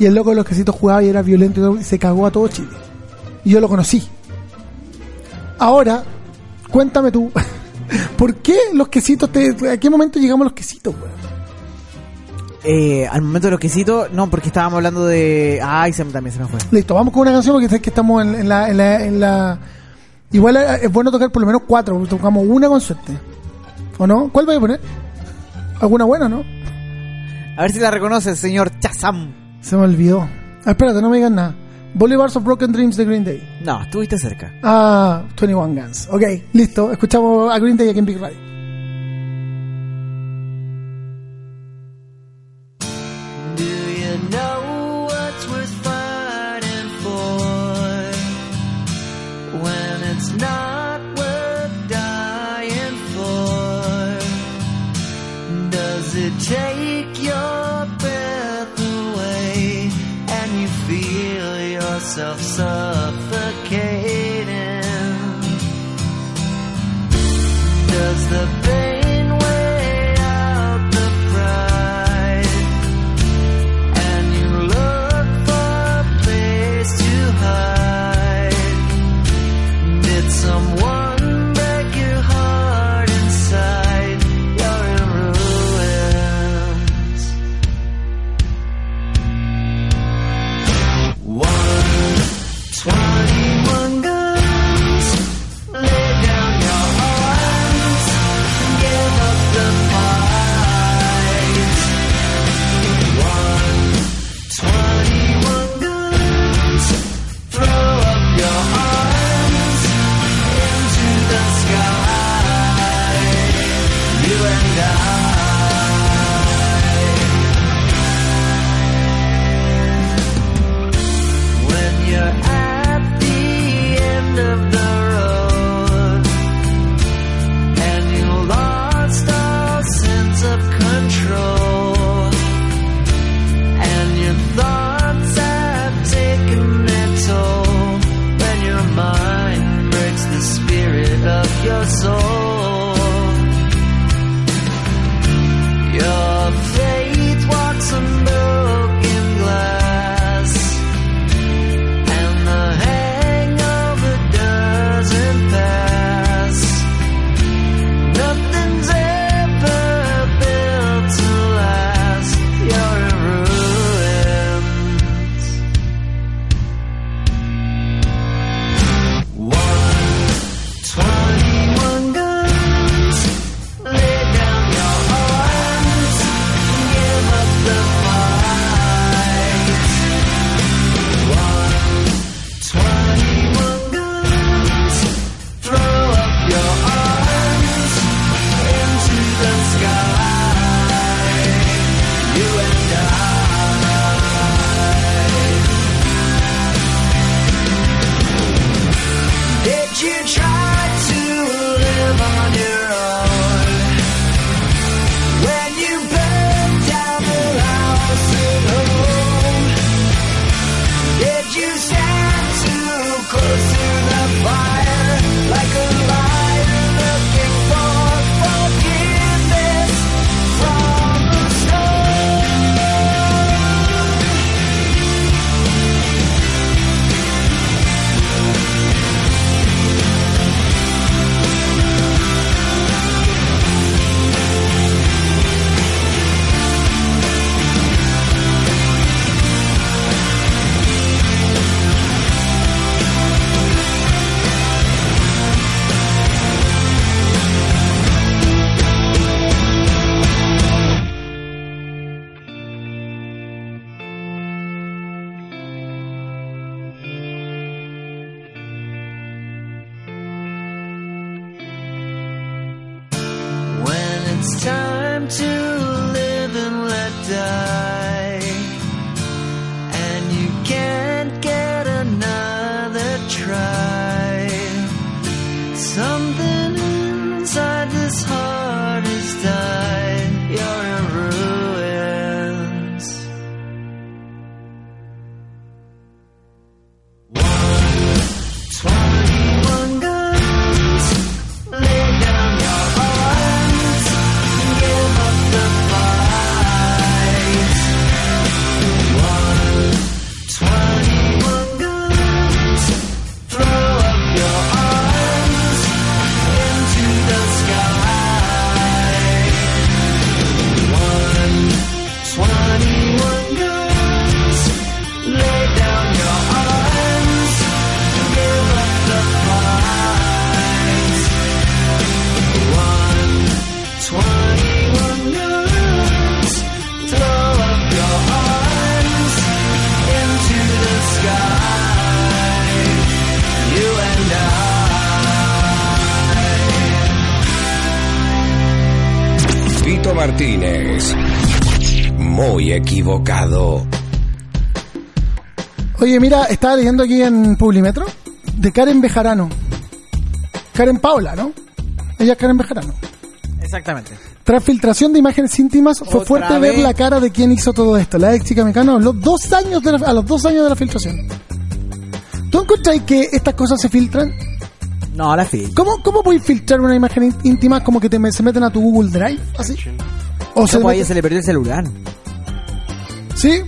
Speaker 1: Y el loco de los quesitos jugaba y era violento y todo, y se cagó a todo Chile. Y yo lo conocí. Ahora, cuéntame tú, [laughs] ¿por qué los quesitos, te, a qué momento llegamos a los quesitos, weón?
Speaker 2: Eh, al momento de los quesitos, no, porque estábamos hablando de. Ay, se, me- también se me fue.
Speaker 1: Listo, vamos con una canción porque sabes que estamos en, en la, en, la, en la- Igual eh, es bueno tocar por lo menos cuatro, porque tocamos una con suerte. ¿O no? ¿Cuál voy a poner? ¿Alguna buena, no?
Speaker 2: A ver si la reconoce, señor Chazam.
Speaker 1: Se me olvidó. Ah, espérate, no me digas nada. Bolivars of Broken Dreams de Green Day.
Speaker 2: No, estuviste cerca.
Speaker 1: Ah, 21 Guns. Ok, listo. Escuchamos a Green Day aquí en Big Radio.
Speaker 5: Do you know what's worth fighting for?
Speaker 12: myself suffocating. Does the pain weigh out the pride? And you look for a place to hide. Did someone break your heart inside? You're in ruins. One, twenty-one guns. Lay down your arms. Give up the fight. One, twenty-one guns. Throw up your arms into the sky. You and I. When you're at the end of the road and you lost all sense of control and your thoughts have taken their toll when your mind breaks the spirit of your soul. Your faith walks on broken glass. And the hangover doesn't pass. Nothing's ever built to last. You're in ruins. One, twenty-one guns. Lay down your arms. Give up the fight. One, twenty-one guns. Throw up your arms into the sky. You and I. Did you try to live on your own? When you burned down the house at home, did you stand too close to the fire like a liar looking for forgiveness from the stone? When it's time to live and let die, and you can't get another try, something inside this heart is dying. You're in ruins. One, twenty-one guns. Lay down your arms, give up the fight. One, twenty-one guns, throw up your arms into the sky. One, twenty-one guns, lay down your arms, give up the fight. One, twenty-one guns. Throw up your arms into the sky. You and I.
Speaker 11: Tito Martínez. Muy equivocado.
Speaker 1: Oye, mira, estaba leyendo aquí en Publimetro de Karen Bejarano. Karen Paula, ¿no? Ella es Karen Bejarano.
Speaker 2: Exactamente.
Speaker 1: Tras filtración de imágenes íntimas, fue
Speaker 2: Otra
Speaker 1: fuerte ver
Speaker 2: vez.
Speaker 1: la cara de quien hizo todo esto. La ex chica mexicana habló dos años de la- a los dos años de la filtración. ¿Tú encontráis que estas cosas se filtran?
Speaker 2: No, ahora sí.
Speaker 1: ¿Cómo, cómo podéis filtrar una imagen ín- íntima como que te, me- se meten a tu Google Drive? Así. O se
Speaker 2: Como a ella
Speaker 1: meten-
Speaker 2: se le perdió el celular.
Speaker 1: ¿Sí?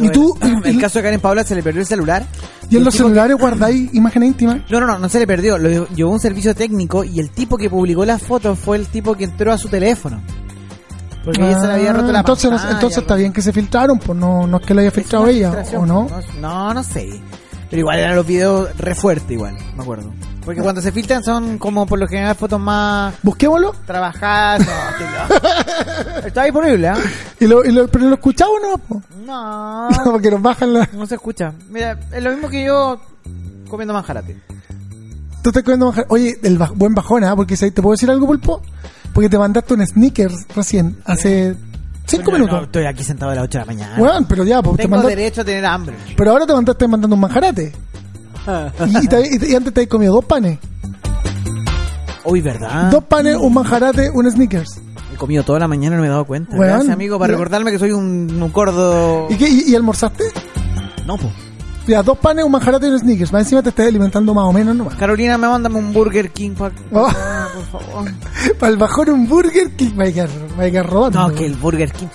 Speaker 1: ¿Y tú?
Speaker 2: En el caso de Karen Paula se le perdió el celular.
Speaker 1: ¿Y en los
Speaker 2: tipo
Speaker 1: celulares guardáis imágenes íntimas?
Speaker 2: No, no, no, no se le perdió. Lo lle- llevó un servicio técnico y el tipo que publicó las fotos fue el tipo que entró a su teléfono. Porque ella se le había
Speaker 1: Ah,
Speaker 2: roto la
Speaker 1: entonces, no-
Speaker 2: pantalla,
Speaker 1: entonces está bien que se filtraron, pues no, no es que lo haya filtrado
Speaker 2: una
Speaker 1: ella,
Speaker 2: filtración,
Speaker 1: ¿o no?
Speaker 2: No, no sé. Pero igual eran los videos re fuerte igual, me acuerdo. Porque cuando se filtran son como por lo general fotos más
Speaker 1: Busquémoslo.
Speaker 2: trabajadas. no,
Speaker 1: [laughs]
Speaker 2: te- Está disponible, ¿ah?
Speaker 1: ¿Y lo, y lo- ¿Pero lo escuchamos o no? po?
Speaker 2: No,
Speaker 1: [laughs] Porque nos bajan la...
Speaker 2: no se escucha. Mira, es lo mismo que yo comiendo manjarate.
Speaker 1: Tú estás comiendo manjar- Oye, el baj- buen bajón, ¿ah? Porque ¿sabes? te puedo decir algo, Pulpo. Porque te mandaste un sneakers recién, hace cinco
Speaker 2: Coño, no,
Speaker 1: minutos.
Speaker 2: estoy aquí sentado a las 8 de la mañana.
Speaker 1: Bueno, pero ya, pues, te
Speaker 2: Tengo
Speaker 1: mandaste-
Speaker 2: derecho a tener hambre.
Speaker 1: Pero ahora te mandaste mandando un
Speaker 2: [laughs]
Speaker 1: manjarate. Y, y te- y te- y antes te habías comido dos panes.
Speaker 2: Uy, ¿verdad?
Speaker 1: Dos panes, un manjarate, un sneakers.
Speaker 2: He comido toda la mañana y no me he dado cuenta.
Speaker 1: Weón.
Speaker 2: Gracias, amigo, para
Speaker 1: Yo-
Speaker 2: recordarme que soy un, un gordo.
Speaker 1: ¿Y, qué, y, y almorzaste?
Speaker 2: No, po.
Speaker 1: Ya, dos panes, un manjarate y un sneakers. Más encima te estás alimentando más o menos nomás. [laughs]
Speaker 2: Carolina, me mándame un Burger King. pa-
Speaker 1: Oh.
Speaker 2: Ah, por favor.
Speaker 1: Para el bajón un burger que me quedar, me quedar robando.
Speaker 2: No, que el Burger King.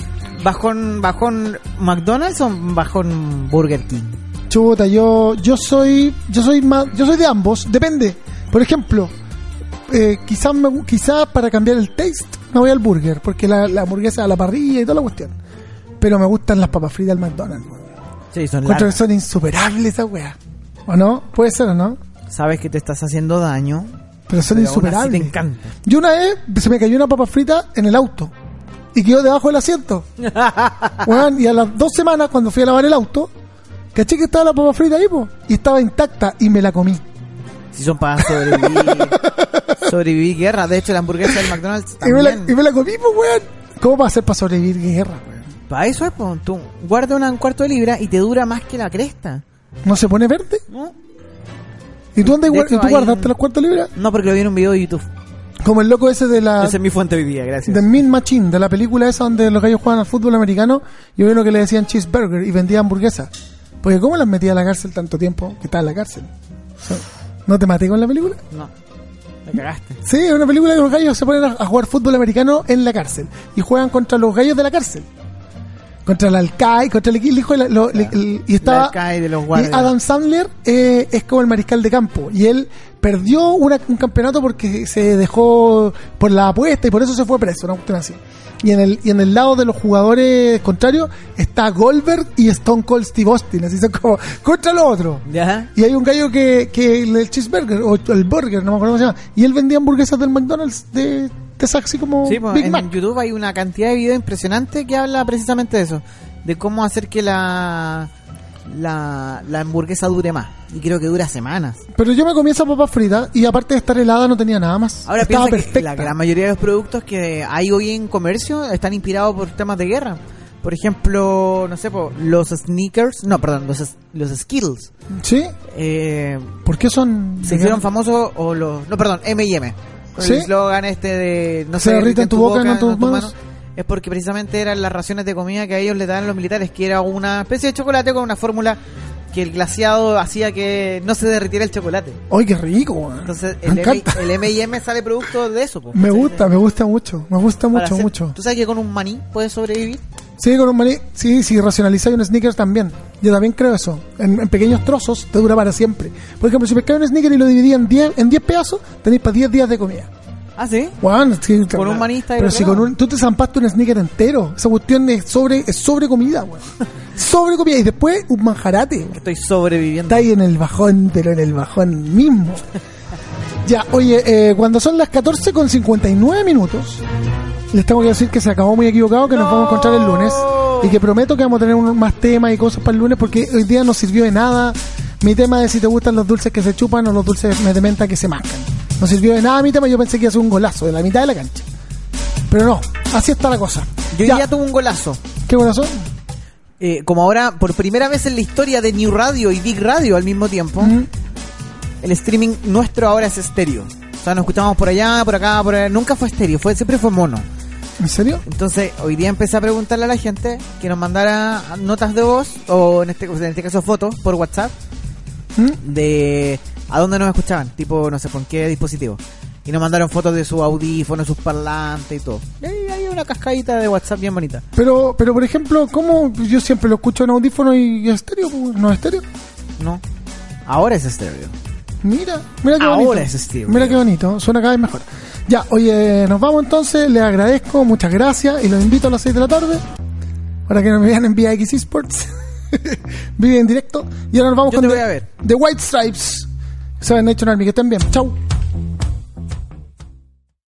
Speaker 2: ¿Bajón, bajón McDonald's o bajón Burger King?
Speaker 1: Chuta, yo, yo soy, yo soy más, yo soy de ambos, depende. Por ejemplo, eh, quizás me gu- quizás para cambiar el taste me voy al burger, porque la, la hamburguesa a la parrilla y toda la cuestión. Pero me gustan las papas fritas del McDonald's. weón.
Speaker 2: Sí,
Speaker 1: Encuentro
Speaker 2: son
Speaker 1: que
Speaker 2: largas.
Speaker 1: son insuperables esas weas. ¿O no? Puede ser o no.
Speaker 2: Sabes que te estás haciendo daño.
Speaker 1: Pero son
Speaker 2: pero aún así te
Speaker 1: insuperables.
Speaker 2: encanta.
Speaker 1: Yo una vez se me cayó una papa frita en el auto y quedó debajo del
Speaker 2: [laughs]
Speaker 1: asiento. Weón, y a las dos semanas, cuando fui a lavar el auto, caché que estaba la papa frita ahí, po, y estaba intacta y me la comí.
Speaker 2: Si son para
Speaker 1: [laughs]
Speaker 2: sobrevivir. sobrevivir guerra. De hecho, la hamburguesa del McDonald's
Speaker 1: Y me, la,
Speaker 2: también.
Speaker 1: y me la comí, pues, weón. ¿Cómo va a hacer para sobrevivir guerra, weón?
Speaker 2: Para eso es, po, tú guarda una- un cuarto de libra y te dura más que la cresta.
Speaker 1: ¿No se pone verde?
Speaker 2: ¿No?
Speaker 1: ¿Y tú, dónde
Speaker 2: De
Speaker 1: guar-
Speaker 2: hecho,
Speaker 1: y tú
Speaker 2: hay
Speaker 1: guardaste
Speaker 2: un-
Speaker 1: las cuartas libras?
Speaker 2: No, porque lo vi en un video de YouTube.
Speaker 1: Como el loco ese de la...
Speaker 2: Esa es mi fuente hoy día, gracias.
Speaker 1: Ah. De Min Machine, de la película esa donde los gallos juegan al fútbol americano, y había uno que le decían cheeseburger y vendía hamburguesa. Porque ¿cómo las metía a la cárcel tanto tiempo que estaba en la cárcel? O sea, ¿No te maté con la película?
Speaker 2: No, me cagaste.
Speaker 1: Sí, es una película que los gallos se ponen a a jugar fútbol americano en la cárcel y juegan contra los gallos de la cárcel. Contra el alcalde, contra el equipo, hijo de la- lo- le- el- y
Speaker 2: El
Speaker 1: estaba
Speaker 2: alcaide de los
Speaker 1: y
Speaker 2: guardias.
Speaker 1: Adam Sandler eh, es como el mariscal de campo y él perdió una- un campeonato porque se dejó por la apuesta y por eso se fue preso, una cuestión así. Y en el y en el lado de los jugadores contrarios está Goldberg y Stone Cold Steve Austin, así son como contra lo otro.
Speaker 2: ¿Ya?
Speaker 1: Y hay un gallo que, que el, el cheeseburger, o el burger, no me acuerdo cómo se llama, y él vendía hamburguesas del McDonald's de, de esas así como
Speaker 2: Sí, pues,
Speaker 1: Big
Speaker 2: en
Speaker 1: Mac.
Speaker 2: YouTube hay una cantidad de videos impresionante que habla precisamente de eso. De cómo hacer que la, la, la hamburguesa dure más. Y creo que dura semanas.
Speaker 1: Pero yo me comí esa papa frita y aparte de estar helada no tenía nada más.
Speaker 2: Ahora
Speaker 1: Estaba
Speaker 2: piensa que
Speaker 1: perfecta.
Speaker 2: la gran mayoría de los productos que hay hoy en comercio están inspirados por temas de guerra. Por ejemplo, no sé, po, los sneakers, no, perdón, los, los Skittles.
Speaker 1: ¿Sí?
Speaker 2: Eh,
Speaker 1: ¿Por qué son?
Speaker 2: se hicieron famosos o los no perdón M&M con
Speaker 1: ¿Sí?
Speaker 2: el eslogan este de no
Speaker 1: Se
Speaker 2: sé
Speaker 1: derrite en tu boca, no en tus manos.
Speaker 2: es porque precisamente eran las raciones de comida que a ellos le daban los militares que era una especie de chocolate con una fórmula que el glaciado hacía que no se derritiera el chocolate
Speaker 1: ¡Ay, qué rico! weón!
Speaker 2: entonces
Speaker 1: me
Speaker 2: el M-
Speaker 1: encanta.
Speaker 2: el M&M sale producto de eso po.
Speaker 1: [laughs] Me
Speaker 2: ¿cachai?
Speaker 1: gusta, me gusta mucho, me gusta
Speaker 2: Para
Speaker 1: mucho,
Speaker 2: hacer-
Speaker 1: mucho.
Speaker 2: tú sabes que con un maní puedes sobrevivir
Speaker 1: Sí, con un maní, sí, si racionalizáis un sneaker también. Yo también creo eso. En, en pequeños trozos te dura para siempre. Por ejemplo, si pescáis un sneaker y lo dividís en 10 en 10 pedazos, tenéis para 10 días de comida.
Speaker 2: ah sí
Speaker 1: Weón, sí,
Speaker 2: Con un manista y
Speaker 1: Pero
Speaker 2: lo
Speaker 1: si
Speaker 2: pegaba.
Speaker 1: con un. Tú te zampaste un sneaker entero. Esa cuestión es sobre, es sobre comida, weón. sobre comida. Y después un manjarate. weón.
Speaker 2: estoy sobreviviendo
Speaker 1: Está ahí en el bajón, pero en el bajón mismo. ya, oye, eh, cuando son las 14 con 59 minutos, les tengo que decir que se acabó muy equivocado, que nos vamos a encontrar el lunes. Y que prometo que vamos a tener un- más temas y cosas para el lunes, porque hoy día no sirvió de nada. Mi tema de si te gustan los dulces que se chupan o los dulces de menta que se mascan. No sirvió de nada mi tema, yo pensé que iba a ser un golazo de la mitad de la cancha. Pero no, así está la cosa.
Speaker 2: yo
Speaker 1: Ya,
Speaker 2: ya, tuve un golazo
Speaker 1: ¿Qué golazo?
Speaker 2: Eh, como ahora por primera vez en la historia de New Radio y Big Radio al mismo tiempo
Speaker 1: Mm.
Speaker 2: el streaming nuestro ahora es estéreo. O sea, nos escuchamos por allá, por acá, por allá. Nunca fue estéreo, fue, siempre fue mono.
Speaker 1: ¿En serio?
Speaker 2: Entonces, hoy día empecé a preguntarle a la gente que nos mandara notas de voz, o en este, en este caso fotos, por WhatsApp,
Speaker 1: ¿Mm?
Speaker 2: de a dónde nos escuchaban, tipo, no sé, por qué dispositivo. Y nos mandaron fotos de sus audífonos, sus parlantes y todo. Y ahí hay una cascadita de WhatsApp bien bonita.
Speaker 1: Pero, pero por ejemplo, ¿cómo yo siempre lo escucho en audífono y estéreo? pues, ¿No es estéreo?
Speaker 2: No. Ahora es estéreo.
Speaker 1: Mira, mira qué
Speaker 2: Ahora
Speaker 1: bonito.
Speaker 2: es estéreo.
Speaker 1: Mira qué bonito, suena cada vez mejor. Ya, oye, nos vamos entonces, les agradezco, muchas gracias y los invito a las 6 de la tarde para que nos vean en VX Esports. [laughs] Vive en directo y ahora nos vamos
Speaker 2: Yo
Speaker 1: con
Speaker 2: te
Speaker 1: the,
Speaker 2: voy a ver.
Speaker 1: The White Stripes. Se han hecho en que estén bien. Chau.